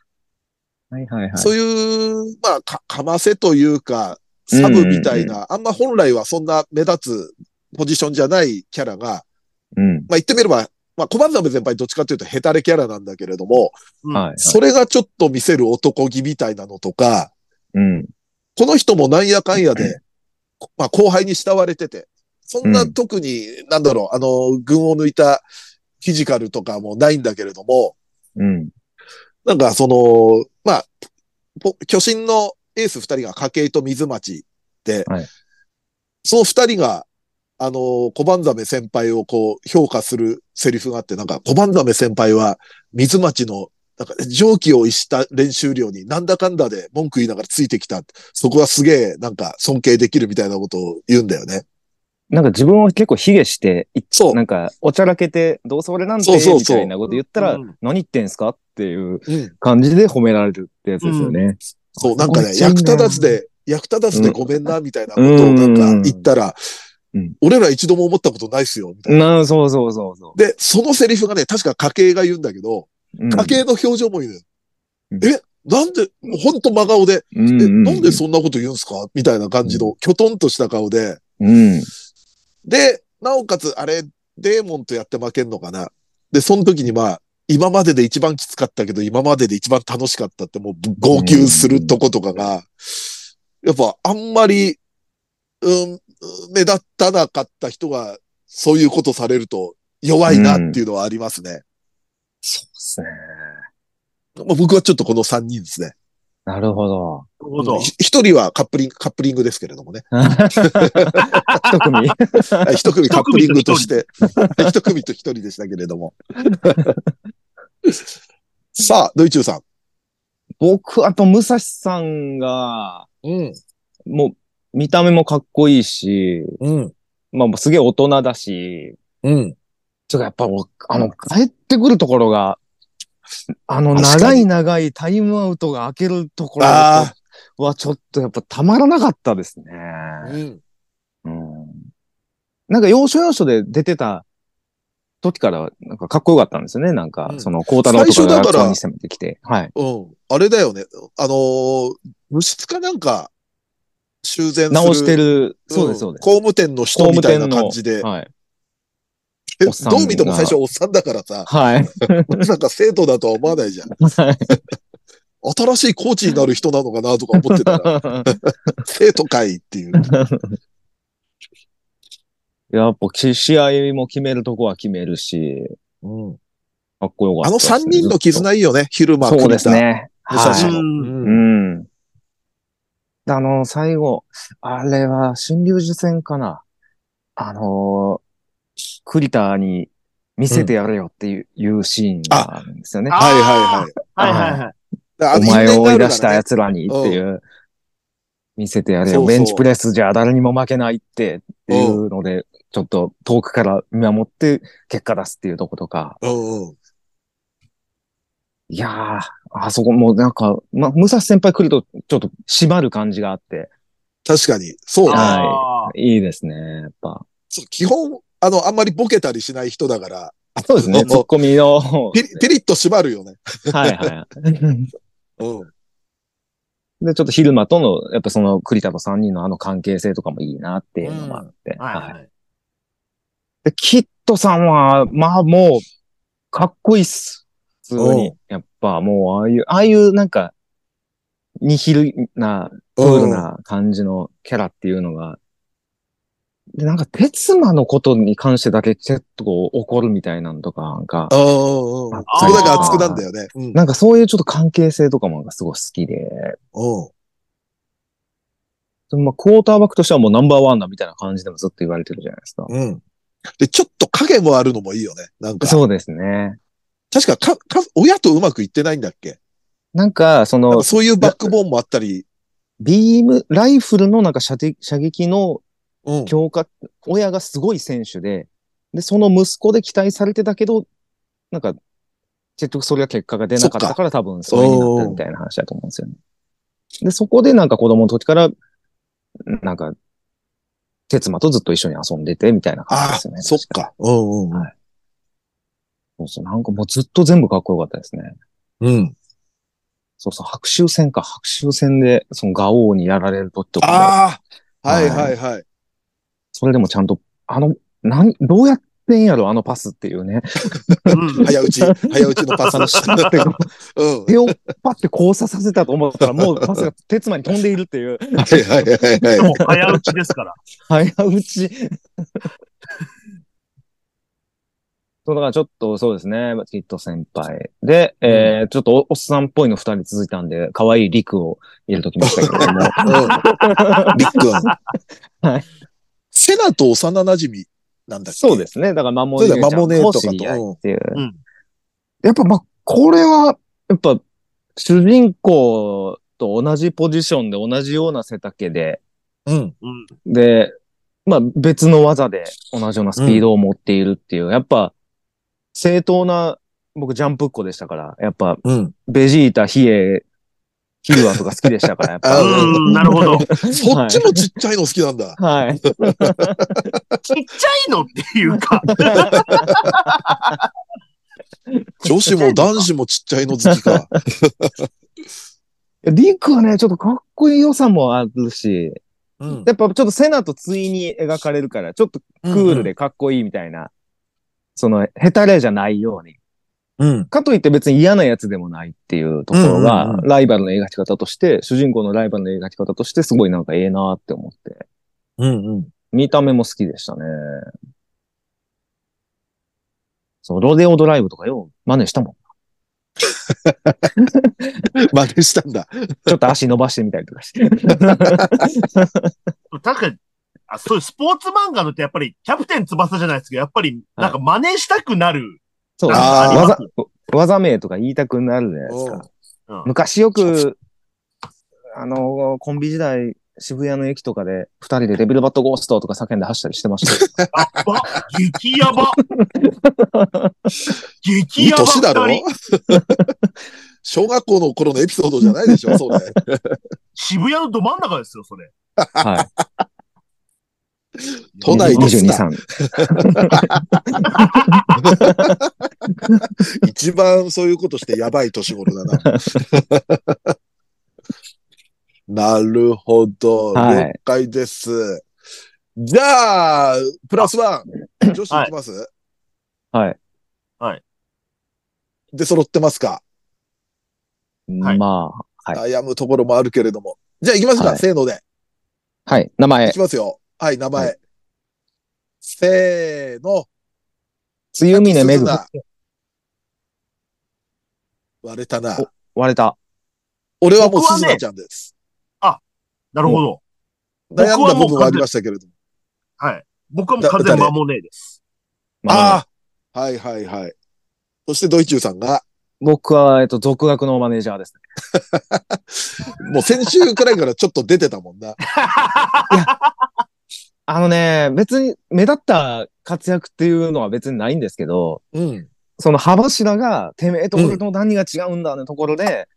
はいはいはい。そういう、まあ、か、かませというか、サブみたいな、あんま本来はそんな目立つポジションじゃないキャラが、うん。まあ言ってみれば、まあ、小判鍋先輩どっちかというとヘタレキャラなんだけれども、はいはい。それがちょっと見せる男気みたいなのとか、うん。この人もなんやかんやで、まあ後輩に慕われてて、そんうなん特に、なんだろう、あの、群を抜いたフィジカルとかもないんだけれども、うん。なんかその、まあ、ぽ巨神のエース二人が筧と水町で、はいその二人が、あの、小判ザメ先輩をこう評価するセリフがあって、なんか小判ザメ先輩は水町のなんか蒸気を逸した練習量になんだかんだで文句言いながらついてきた。そこはすげえなんか尊敬できるみたいなことを言うんだよね。なんか自分を結構卑下して、いそうなんかおちゃらけて、どうせ俺なんてそうそうみそうたいなこと言ったらうん、何言ってんすかっていううん。感じで褒められるってやつですよね。そう、なんかね、そこ役めっちゃいい立なたずで、役立たずでごめんな、みたいなことをなんか言ったらうん、俺ら一度も思ったことないっすよ、みたいな。なそうそうそうそで、そのセリフがね、確か家計が言うんだけど、う。うん家計の表情もいいのよ。うんえ、なんで、ほんと真顔で、うんえ、うんなんでそんなこと言うんすかみたいな感じの、きょとんとした顔で。うん。で、なおかつ、あれ、デーモンとやって負けんのかなで、その時にまあ、今までで一番きつかったけど、今までで一番楽しかったって、もう、号泣するとことかが、やっぱ、あんまり、うん、目立たなかった人が、そういうことされると、弱いなっていうのはありますね。そうですね。まあ、僕はちょっとこの3人ですね。なるほど。なるほど。ひ一人はカップリング、カップリングですけれどもね。一組はい 一組一組とカップリングとして、はい 一組と一人でしたけれども。 さあ、ドイチューさん。僕、あと、武蔵さんが、うん。もう、見た目もかっこいいし、うん。まあ、もうすげえ大人だし、うん。ちょっとやっぱもう、あの、帰ってくるところが、あの、確か長にい長いタイムアウトが開けるところあは、ちょっとやっぱたまらなかったですね。うん。うん。なんか、要所要所で出てた時から、なんかかっこよかったんですよね。なんかう、んその、孝太郎とか最が初だから学校に攻めてきて。はい。うん。あれだよね。あのー、物質かなんか、修繕する。直してる。んそうです、そうです。工務店の人みたいな感じで。はい。えおっさんどう見てもが最初おっさんだからさ、 はい。まさか生徒だとは思わないじゃん。新しいコーチになる人なのかなとか思ってた ら、生徒会っていう。 やっぱ、き試合も決めるとこは決めるし、かっこよかあったのですね、三人のずっと絆いいよね。昼間、そうですね。栗田。武は蔵いの。うんうん。あの、最後、あれは、新竜寺戦かな。あのー栗田に見せてやれよっていう,、いうシーンがあるんですよね。あはいはいはいはいはいはい。だから。あおの前を追い出因縁があるからねした奴らにっていう、見せてやれそうよ。そうベンチプレスじゃ誰にも負けないってっていうので、ちょっと遠くから見守って結果出すっていうとことか。うんうん。いやー、あそこもうなんか、ま、武蔵先輩来るとちょっと締まる感じがあって、確かに。そうね。あーいいですね、やっぱ。そう基本、あの、あんまりボケたりしない人だから、そうですね、ツッコミの。 はピリピリッと縛るよね。いはい。うん。 で、ちょっと昼間との、やっぱその栗田と3人のあの関係性とかもいいなっていうのもあって。はいはい。で、キットさんは、まあもう、かっこいいっす。普通に。やっぱもう、ああいう、ああいうなんか、ニヒルな、クールな感じのキャラっていうのが、で、なんか、鉄馬のことに関してだけ結構怒るみたいなのとか、なんか、うんうんうん。そこだけ熱くなんだよね。うん。なんかそういうちょっと関係性とかもなんかすごい好きで、うん。でもまあ、クォーターバックとしてはもうナンバーワンだみたいな感じでもずっと言われてるじゃないですか。うん。で、ちょっと影もあるのもいいよね。なんか。そうですね。確かか、か、親とうまくいってないんだっけなんか、そなんのか、そういうバックボーンもあったり。ビーム、ライフルのなんか射的射撃のうん。強化、親がすごい選手で、で、その息子で期待されてたけど、なんか、結局それが結果が出なかったから多分それになったみたいな話だと思うんですよね。で、そこでなんか子供の時から、なんか、哲馬とずっと一緒に遊んでてみたいな感じあであすよ、ね。そっか。うんうんうん。はいそうそう。なんかもうずっと全部かっこよかったですね。うん。そうそう、白州戦か。白州戦で、そのガオーにやられるとってことかああはいはいはい。それでもちゃんと、あの、なん、どうやってんやろ、あのパスっていうね。うん早打ち、早打ちのパスあの、の。下って、うん。手をパって交差させたと思ったら、もうパスが手妻に飛んでいるっていはう、いはいはいではい。も早打ちですから。早打ち。そう、だからちょっとそうですね、きっと先輩。で、えーちょっとおおっさんっぽいの二人続いたんで、可愛いリクを入れときましたけれどうも。ん。りっくん。はい。セナと幼馴染なんだっけそうですね。だから、マモそうネだーよちゃんも知り合いっていう。やっぱ、まあ、これは、やっぱ、主人公と同じポジションで同じような背丈で、うん。うん。で、まあ、別の技で同じようなスピードを持っているっていう、やっぱ、正当な、僕、ジャンプっ子でしたから、やっぱ、うん。ベジータ、ヒエ、ヒルアとか好きでしたから、やっぱ。あ うん、なるほど。ちっそっちもちっちゃいの好きなんだ。はい。 ちゃいのっていうか、女子も男子もちっちゃいの好きか。リクはね、ちょっとかっこいい良さもあるし、うん。やっぱちょっとセナと対に描かれるから、ちょっとクールでかっこいいみたいな、その、ヘタレじゃないように。うん。かといって別に嫌なやつでもないっていうところが、うんうんうんライバルの描き方として、主人公のライバルの描き方として、すごいなんかええなって思って、うんうん。見た目も好きでしたね。そう、ロデオドライブとかよ、真似したもん。真似したんだ。ちょっと足伸ばしてみたりと かして。確かに、あそういうスポーツ漫画のってやっぱりキャプテン翼じゃないですけど、やっぱりなんか真似したくなる。そう、あー技、技名とか言いたくなるじゃないですか。うん昔よく、あの、コンビ時代、渋谷の駅とかで、二人でデビルバットゴーストとか叫んで走ったりしてましたよ。あ、ば、激ヤバ。い激いヤバ年だろ二人 小学校の頃のエピソードじゃないでしょ、それ。渋谷のど真ん中ですよ、それ。 はい。都内で22、すな。 3。 一番そういうことしてやばい年頃だな。 なるほど。はい了解です。じゃあ、プラスワン、女子いきます、はい。で、揃ってますか、はいまあ、はい。悩むところもあるけれども。じゃあ、いきますか、はいせーので。はい。名い前き、ますよ。はい、名前。はせーの。つゆみねめぐ。鈴名割れたな。割れた。俺はもう僕は鈴ね名ちゃんです。なるほど。僕悩んだはも部う分はありましたけれども。はい。僕はもう完全にマモネーです。あ。ああーはいはいはい。そしてドイチューさんが、僕は、えっと、独学のマネージャーですね。もう先週くらいからちょっと出てたもん な。あのね、別に目立った活躍っていうのは別にないんですけど、うん。その歯柱が、てめえと俺の何が違うんだのところで、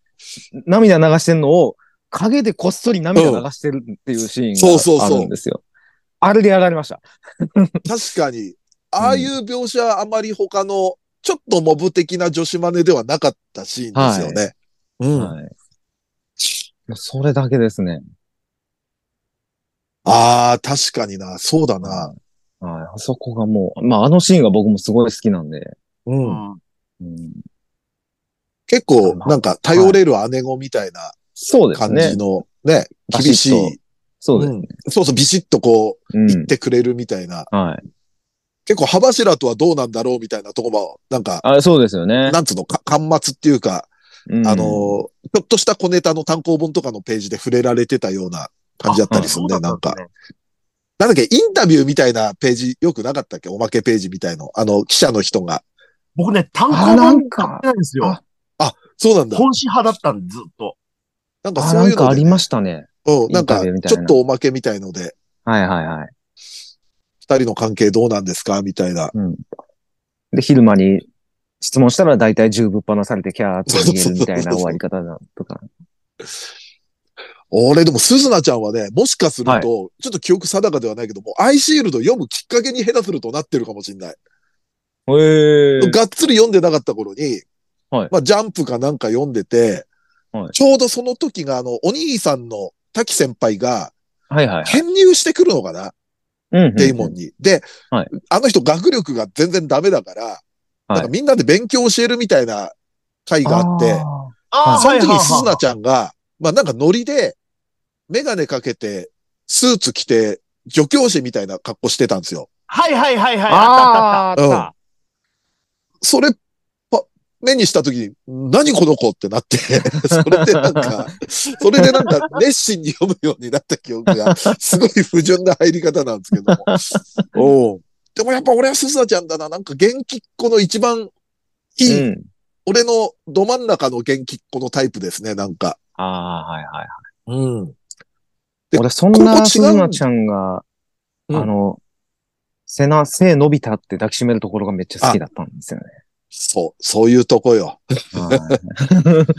涙流してんのを、影でこっそり涙流してるっていうシそうそーうンがそあうるんですよ。あれでやられました。確かに、ああいう描写はあまり他の、ちょっとモブ的な女子マネではなかったシーンですよね。うん。はい。それだけですね。ああ、確かにな。そうだな。はい。あそこがもう、まああのシーンが僕もすごい好きなんで。う。うんん。うん結構、なんか頼れる姉子みたいなそうです感ねじ。のね、バシッと厳しい、そうですう。んそうそう、ビシッとこう、うん言ってくれるみたいな、はい。結構、歯柱とはどうなんだろうみたいなとこも、なんか、あそうですよね。なんつうの、か、端末っていうか、うんあのー、ちょっとした小ネタの単行本とかのページで触れられてたような感じだったりするんだよ、なんか。なんだっけ、インタビューみたいなページ、よくなかったっけおまけページみたいの。あの、記者の人が。僕ね、単行あなん本か買ってないんですよあ。そうなんだ。本誌派だったんで、ずっと。なんかあ、そなうんいうかのあで、りね。ましたね。うん、なんかインタビューみ、たいちなょっとおまけみたいので、はいはいはい。二人の関係どうなんですかみたいな。うん。で、昼間に質問したら大体銃ぶっ放されてキャーって逃げるみたいな終わり方だとか。俺、でも、鈴菜ちゃんはね、もしかすると、はいちょっと記憶定かではないけども、アイシールド読むきっかけに下手するとなってるかもしれない。へえ。がっつり読んでなかった頃に、はいまあ、ジャンプかなんか読んでて、はいちょうどその時が、あの、お兄さんの滝先輩が、はいはいはい。編入してくるのかな、うんうんデイモンに。で、はいあの人学力が全然ダメだから、なんかみんなで勉強教えるみたいな会があって、あああ、その時はにいはいはい鈴菜ちゃんが、まあなんかノリで、メガネかけて、スーツ着て、助教師みたいな格好してたんですよ。はいはいはいはい。ーあったあったあった。あー、あった。それ、ぱ目にした時に、何この子ってなって、 それでなん か、それでなんか熱心に読むようになった記憶が、すごい不純な入り方なんですけど も。おうでもやっぱ俺は鈴菜ちゃんだな、なんか元気っ子の一番いい、うん。俺のど真ん中の元気っ子のタイプですね、なんか。ああ、はいはいはい。うん。で俺、そんここ違うんな鈴菜ちゃんが、うんあの、背な、背伸びたって抱きしめるところがめっちゃ好きだったんですよね。そう、そういうとこよ。は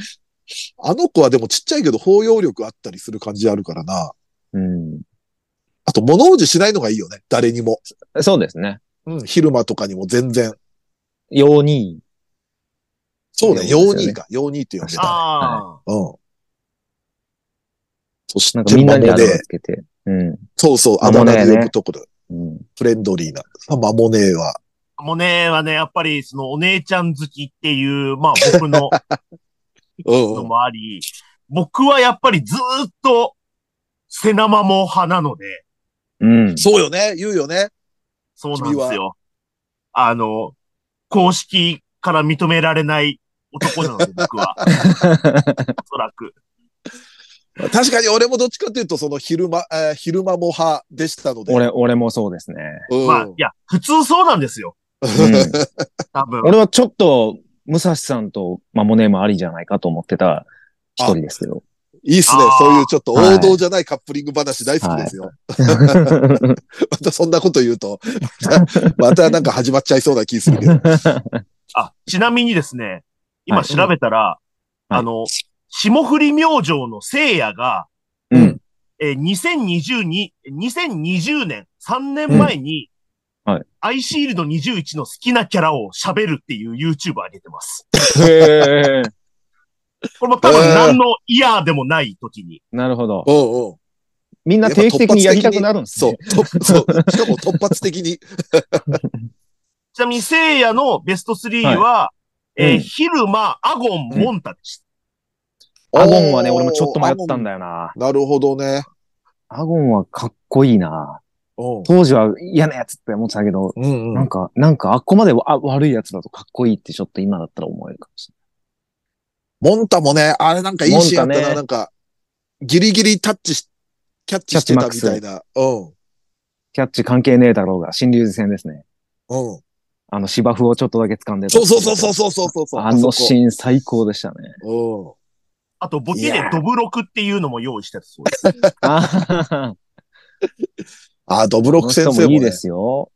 いあの子はでもちっちゃいけど包容力あったりする感じあるからな。うん。あと物おじしないのがいいよね、誰にも。そうですね。うん、昼間とかにも全然。用に、そうね、そう用ですよね人か。用人って呼んでた。あうん。そしなんて、かみんなにマあモだ名で、つけて。うん。そうそう、あマだモネーね名で呼ぶところ。うん。フレンドリーな。あマモネーは。あ。モネはね、やっぱり、そのお姉ちゃん好きっていう、まあ 僕うのんのうん。もあり、僕はやっぱりずーっと、セナマモ派なので、うん。そうよね、言うよね。そうなんですよ。あの、公式から認められない男なので、僕 は。おそらく。確かに俺もどっちかっていうと、その昼間、えー昼間も派でしたので。俺、俺もそうですね。うん、まあ、いや、普通そうなんですよ。 うん多分。俺はちょっと、武蔵さんとマモネームありじゃないかと思ってた一人ですけど。いいっすねあー。そういうちょっと王道じゃないカップリング話大好きですよ。また そんなこと言うと、また、 またなんか始まっちゃいそうな気するけど。あ、ちなみにですね、今はい調べたら、うんあの、霜降り明星の聖夜が、うん。えー、2020に、2020年、3年前に、うんはいアイシールド21の好きなキャラを喋るっていう YouTube 上げてます。へえ。これも多分何のイヤーでもない時に。なるほど。うんうん。みんな定期的にやりたくなるんですそうね。。と そう。しかも突発的に。ちなみに聖夜のベスト3は、えーうんヒルマ、アゴン、モンタです。アゴンはね、俺もちょっと迷ったんよ。だよな。なるほどね。アゴンはかっこいいな。うん。当時は嫌なやつって思ってたけど、うんうなんん。か、なんかあっこまでわあ悪いやつだとかっこいいってちょっと今だったら思えるかもしモンタもね、あれなんかいいシーンあったモンタな。ねなんか、ギリギリタッチし、キャッチしてたみたいな。うん。れない。キャッチ関係ねえだろうが、新竜戦ですね。うん。あの芝生をちょっとだけ掴んでたそうそうそうそうそうそうそう。あのシーン。ーン最高でしたね。うん。あと、ボケいでやードブロクっていうのも用意してたそうです。ああ、ドブあ、ロッこのク先人生ももねいいですよ。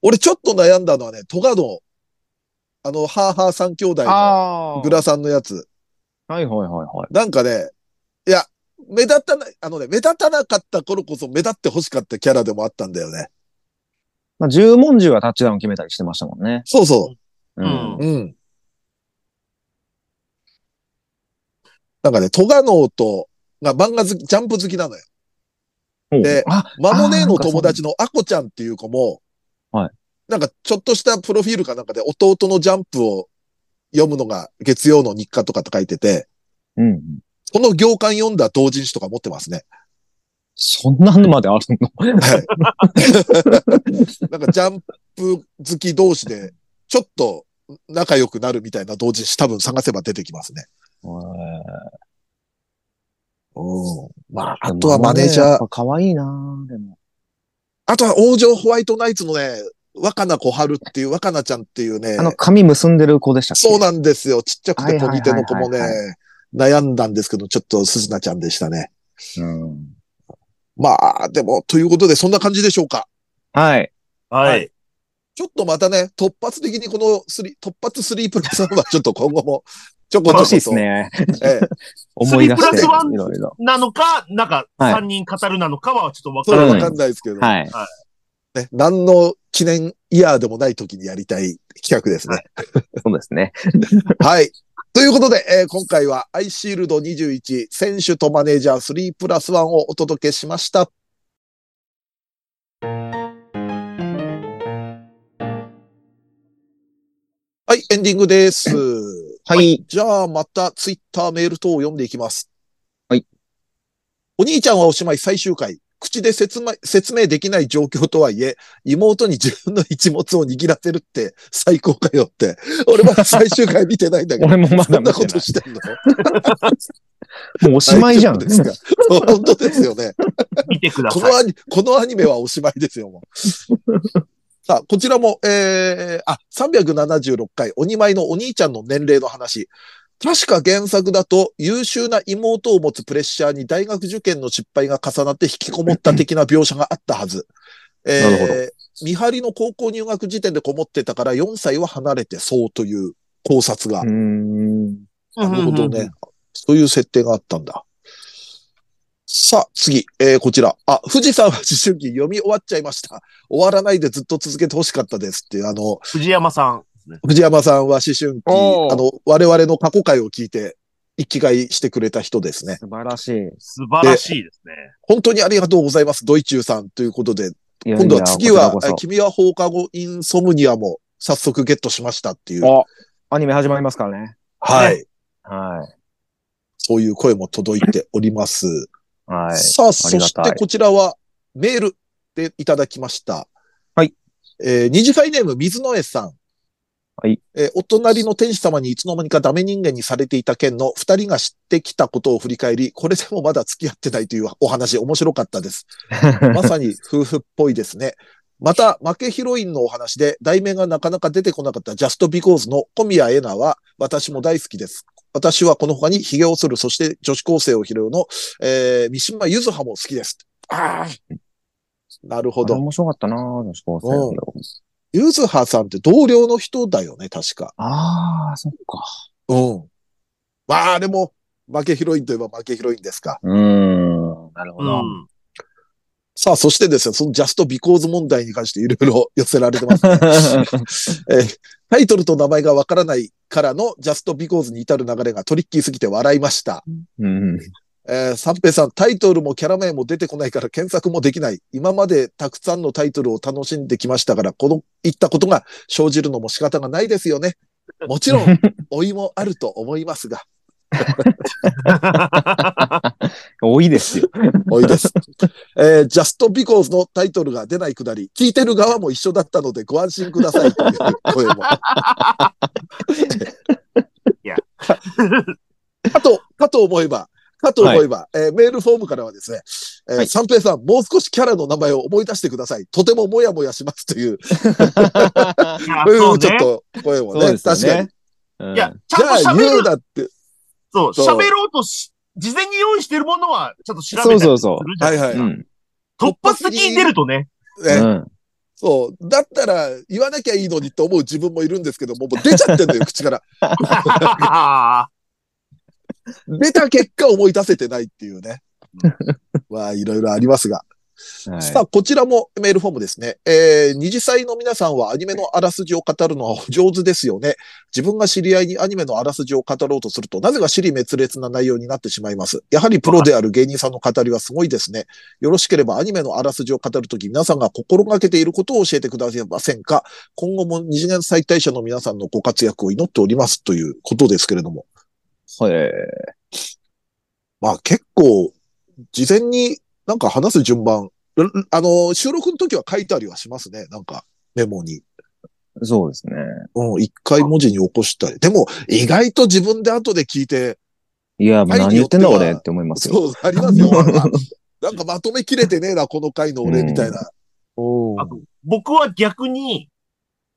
俺ちょっと悩んだのはね、トガの、あの、ハーハー三兄弟のあグラさんのやつ。はいはいはいはい。なんかね、いや、目立たない、あのね、目立たなかった頃こそ目立って欲しかったキャラでもあったんだよね。まあ、十文字はタッチダウン決めたりしてましたもんね。そうそううんん。。う。うん。なんかね、トガノと、が漫画好き、ジャンプ好きなのよ。ほうであ、マモネーの友達のアコちゃんっていう子も、はいなんかちょっとしたプロフィールかなんかで弟のジャンプを読むのが月曜の日課とかと書いてて、うん。この行間読んだ同人誌とか持ってますね。そんなのまである のなんかジャンプ好き同士で、ちょっと仲良くなるみたいな同人誌多分探せば出てきますね。うん。まあ、あとはマネージャー。ー。かわいいなぁでも。あとは王女ホワイトナイツのね、若菜小春っていう若菜ちゃんっていうねあ、の、髪結んでる子でしたっけそうなんですよ。ちっちゃくてポニテの子もはいはいね、悩んだんですけど、ちょっと鈴菜ちゃんでしたね。うん。まあ、でも、ということで、そんな感じでしょうか。はい。はい。ちょっとまたね、突発的にこのスリ、突発3プラス1はちょっと今後 も、ちょこちょこ楽と。しいですね。 ええ。思い出して、スリープラスワンいろいろ。なのか、なんか、はい三人語るなのかはちょっとわそかれらはなわい。かんないですけど、はい。ね、何の記念イヤーでもない時にやりたい企画ですね。そうですね。はい。ということで、えー今回はアイシールド21選手とマネージャー3プラス1をお届けしました。はい、エンディングです。はい。じゃあまたツイッターメール等を読んでいきます。はい。お兄ちゃんはおしまい最終回。口で説明説明できない状況とはいえ、妹に自分の一物を握らせるって最高かよって。俺まだ最終回見てないんだけど。俺もまだそん見なてこなとい。してん のもうおしまいじゃん。大丈夫ですか本当ですよ ね。見てくだこさい。のアニこのアニメはおしまいですよ、もう。 さあ、こちらも、えー、あ、376回、鬼舞のお兄ちゃんの年齢の話。確か原作だと優秀な妹を持つプレッシャーに大学受験の失敗が重なって引きこもった的な描写があったは ず。えなるほど見張りの高校入学時点でこもってたから4歳は離れてそうという考察がうーん。うんなるほどね。。そういう設定があったんだ。さあ、次、えー、こちら。あ、富士山は思春期読み終わっちゃいました。終わらないでずっと続けてほしかったですっていう、あの、藤山さん。藤山さんは思春期、おーあの、我々の過去回を聞いて、生きがいしてくれた人ですね。素晴らしい。素晴らしいですね。本当にありがとうございます、ドイチューさんということで、いや今度は次はいや、こちらこ君は放課後インソムニアも早速ゲットしましたっていう、そあアニメ始まりますからね。はい、はそういう声も届いております。い。はい。さあ、そありがしたいてこちらはメールでいただきました。はい。えー二次会ネーム水野絵さん。はい。えーお隣の天使様にいつの間にかダメ人間にされていた件の二人が知ってきたことを振り返り、これでもまだ付き合ってないというお話面白かったです。まさに夫婦っぽいですね。また、負けヒロインのお話で、題名がなかなか出てこなかったジャストビコーズの小宮エナは、私も大好きです。私はこの他に髭を剃る、そして女子高生を拾うの、えー、三島ゆずはも好きです。ああ。なるほあれど。面白かったなぁ、女子高生のうゆずはさんって同僚の人だよね、確か。ああ、そっか。うん。まあ、でも、負けヒロインといえば負けヒロインですか。うーん。なるほうど。ん。さあ、そしてですね、そのジャストビコーズ問題に関していろいろ寄せられてます、ね。えータイトルと名前がわからないからのジャストビコーズに至る流れがトリッキーすぎて笑いました。 うん。えー、三平さん、タイトルもキャラ名も出てこないから検索もできない。今までたくさんのタイトルを楽しんできましたから、この言ったことが生じるのも仕方がないですよね。もちろん、老いもあると思いますが、多いです よ。老いです。えー、ジャストビコーズのタイトルが出ないくだり、聞いてる側も一緒だったのでご安心くださいという声も。いやかと、かと思えば、かと思えば、えーメールフォームからはですね、えーはい三平さん、もう少しキャラの名前を思い出してください。とてももやもやしますという、いやうんそうちょねっ。と声もそねうですよ確かにね。。うんいや、、じちゃゃんとあ、喋言うる、だって、そう、そう喋ろうとし、事前に用意してるものは、ちょっと調べたそりうするそうそじゃんはいはう。い。うん。突発的に出るとね、ねうんそう。だったら、言わなきゃいいのにと思う自分もいるんですけども、もう出ちゃってんだよ、口 から。 出た結果思い出せてないっていうね。まあ、いろいろありますが。はいさあ、こちらもメールフォームですね。えー、二次祭の皆さんはアニメのあらすじを語るのはお上手ですよね。自分が知り合いにアニメのあらすじを語ろうとすると、なぜか尻滅裂な内容になってしまいます。やはりプロである芸人さんの語りはすごいですね。よろしければアニメのあらすじを語るとき、皆さんが心がけていることを教えてくださいませんか今後も二次元再退社の皆さんのご活躍を祈っておりますということですけれども。はい。まあ結構、事前になんか話す順番、らあの、収録の時は書いたりはしますね。なんか、メモに。そうですね。うん、一回文字に起こしたり。でも、意外と自分で後で聞いて、いや、も会う議何言ってんだよっては俺って思いますよ。そう、ありますよ。なんかなんかまとめきれてねえな、この回の俺、みたいな。おあと 僕は逆に、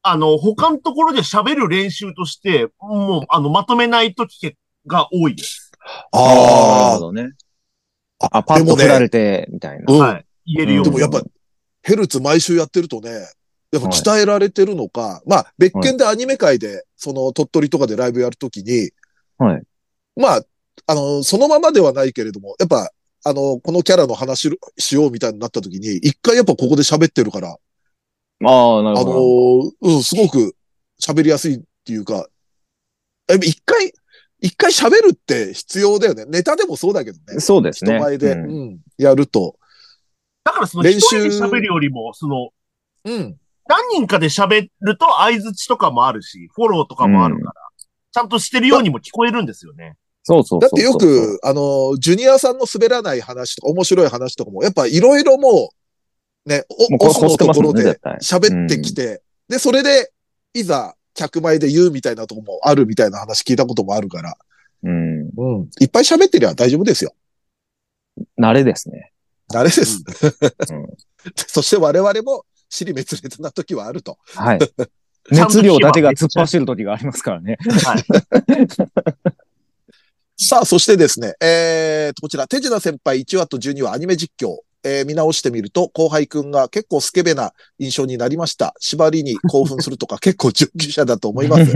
あの、他のところで喋る練習として、もう、あの、まとめない時が多いです。なるあほどね。ああ、パッでもとね振られて、みたいあ、な。うん。はい。言えるようでに。もやっぱ、ヘルツ毎週やってるとね、やっぱ鍛えられてるのか、まあ、別件でアニメ界で、その鳥取とかでライブやるときに、はいまあ、あの、そのままではないけれども、やっぱ、あの、このキャラの話ししようみたいになったときに、一回やっぱここで喋ってるから、ああ、なあるのほど。ー、うん、すごく喋りやすいっていうか、え一回、一回喋るって必要だよね。ネタでもそうだけどね。そうです人ね。前で、うんうん、やると。だからその、一練習人で喋るよりも、その、うん。何人かで喋ると相づちとかもあるし、フォローとかもあるから、ちゃんとしてるようにも聞こえるんです よね。そうそうそうそう。だってよく、あの、ジュニアさんの滑らない話とか、面白い話とかも、やっぱいろいろもう、ね、おもうこオスこのしてとますころもんね、で絶対。喋ってきて、で、それで、いざ、客前で言うみたいなとこもあるみたいな話聞いたこともあるから、うん。うん。うん。いっぱい喋ってりゃ大丈夫ですよ。慣れですね。慣れです。うん そして我々も、尻滅裂な時はあると。はい。ちゃんと聞けば 熱量だけが突っ走る時がありますからね。はい。さあ、そしてですね、えー、こちら、手品先輩1話と12話アニメ実況、えー見直してみると、後輩くんが結構スケベな印象になりました。縛りに興奮すると か結構上級者だと思います。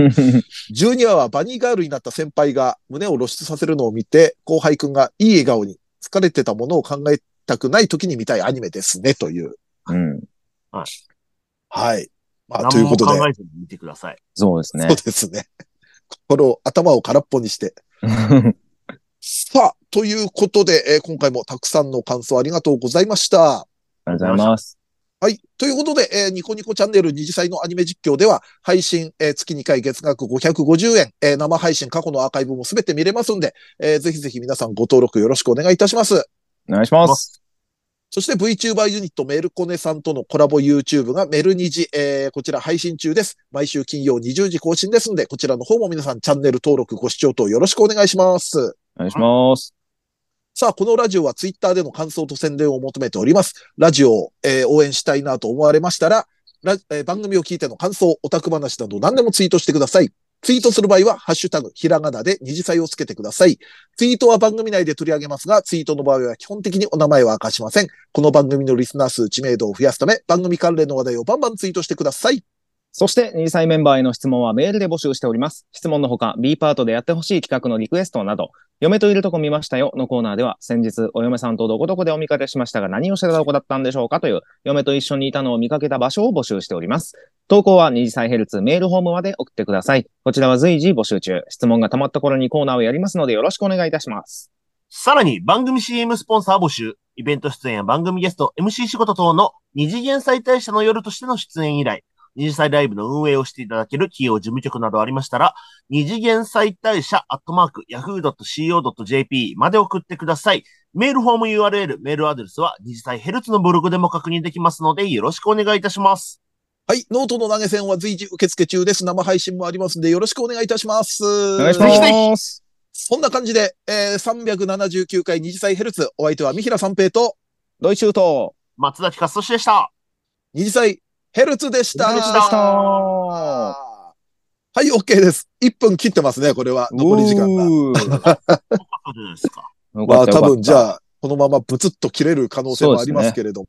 12話はバニーガールになった先輩が胸を露出させるのを見て、後輩くんがいい笑顔に疲れてたものを考えたくない時に見たいアニメですね、という。 うん。はい。まあ、という何こもとで。考えずに見てください。そう ですねそう。ですね。心を、頭を空っぽにして、さあ、ということで、えー今回もたくさんの感想ありがとうございました。ありがとうございます。はい。ということで、えーニコニコチャンネル二次祭のアニメ実況では、配信、えー月2回月額550円、えー生配信過去のアーカイブもすべて見れますんで、えーぜひぜひ皆さんご登録よろしくお願いいたします。お願いします。そして VTuber ユニットメルコネさんとのコラボ YouTube がメルニジ、えーこちら配信中です。毎週金曜20時更新ですんで、こちらの方も皆さんチャンネル登録ご視聴等よろしくお願いします。お願いします。さあ、このラジオはツイッターでの感想と宣伝を求めております。ラジオを、えー応援したいなと思われましたら、ラえー番組を聞いての感想、オタク話など何でもツイートしてください。ツイートする場合は、ハッシュタグ、ひらがなで二次祭をつけてください。ツイートは番組内で取り上げますが、ツイートの場合は基本的にお名前は明かしません。この番組のリスナー数知名度を増やすため、番組関連の話題をバンバンツイートしてください。そして、二次祭メンバーへの質問はメールで募集しております。質問のほか、B パートでやってほしい企画のリクエストなど、嫁といるとこ見ましたよのコーナーでは、先日、お嫁さんとどこどこでお見かけしましたが、何をしてたとこだったんでしょうかという、嫁と一緒にいたのを見かけた場所を募集しております。投稿は二次祭ヘルツメールホームまで送ってください。こちらは随時募集中。質問が溜まった頃にコーナーをやりますので、よろしくお願いいたします。さらに番組 CM スポンサー募集、イベント出演や番組ゲスト、MC 仕事等の二次元再大社の夜としての出演以来、二次祭ライブの運営をしていただける企業事務局などありましたら、二次元再大社アットマーク yahoo.co.jp まで送ってください。メールフォーム URL、メールアドレスは二次祭ヘルツのブログでも確認できますので、よろしくお願いいたします。はい。ノートの投げ銭は随時受付中です。生配信もありますんで、よろしくお願いいたします。おお願いします。そんな感じで、えー、379回二次祭ヘルツ、お相手は三平三平とドイシュート。松崎勝利でした。二次祭ヘルツでした。ヘルツででした。はい、OK です。1分切ってますね、これは。残り時間 が。が。そうですか。まあ多分じあ、ゃあ、このままブツッと切れる可能性もありますけれども。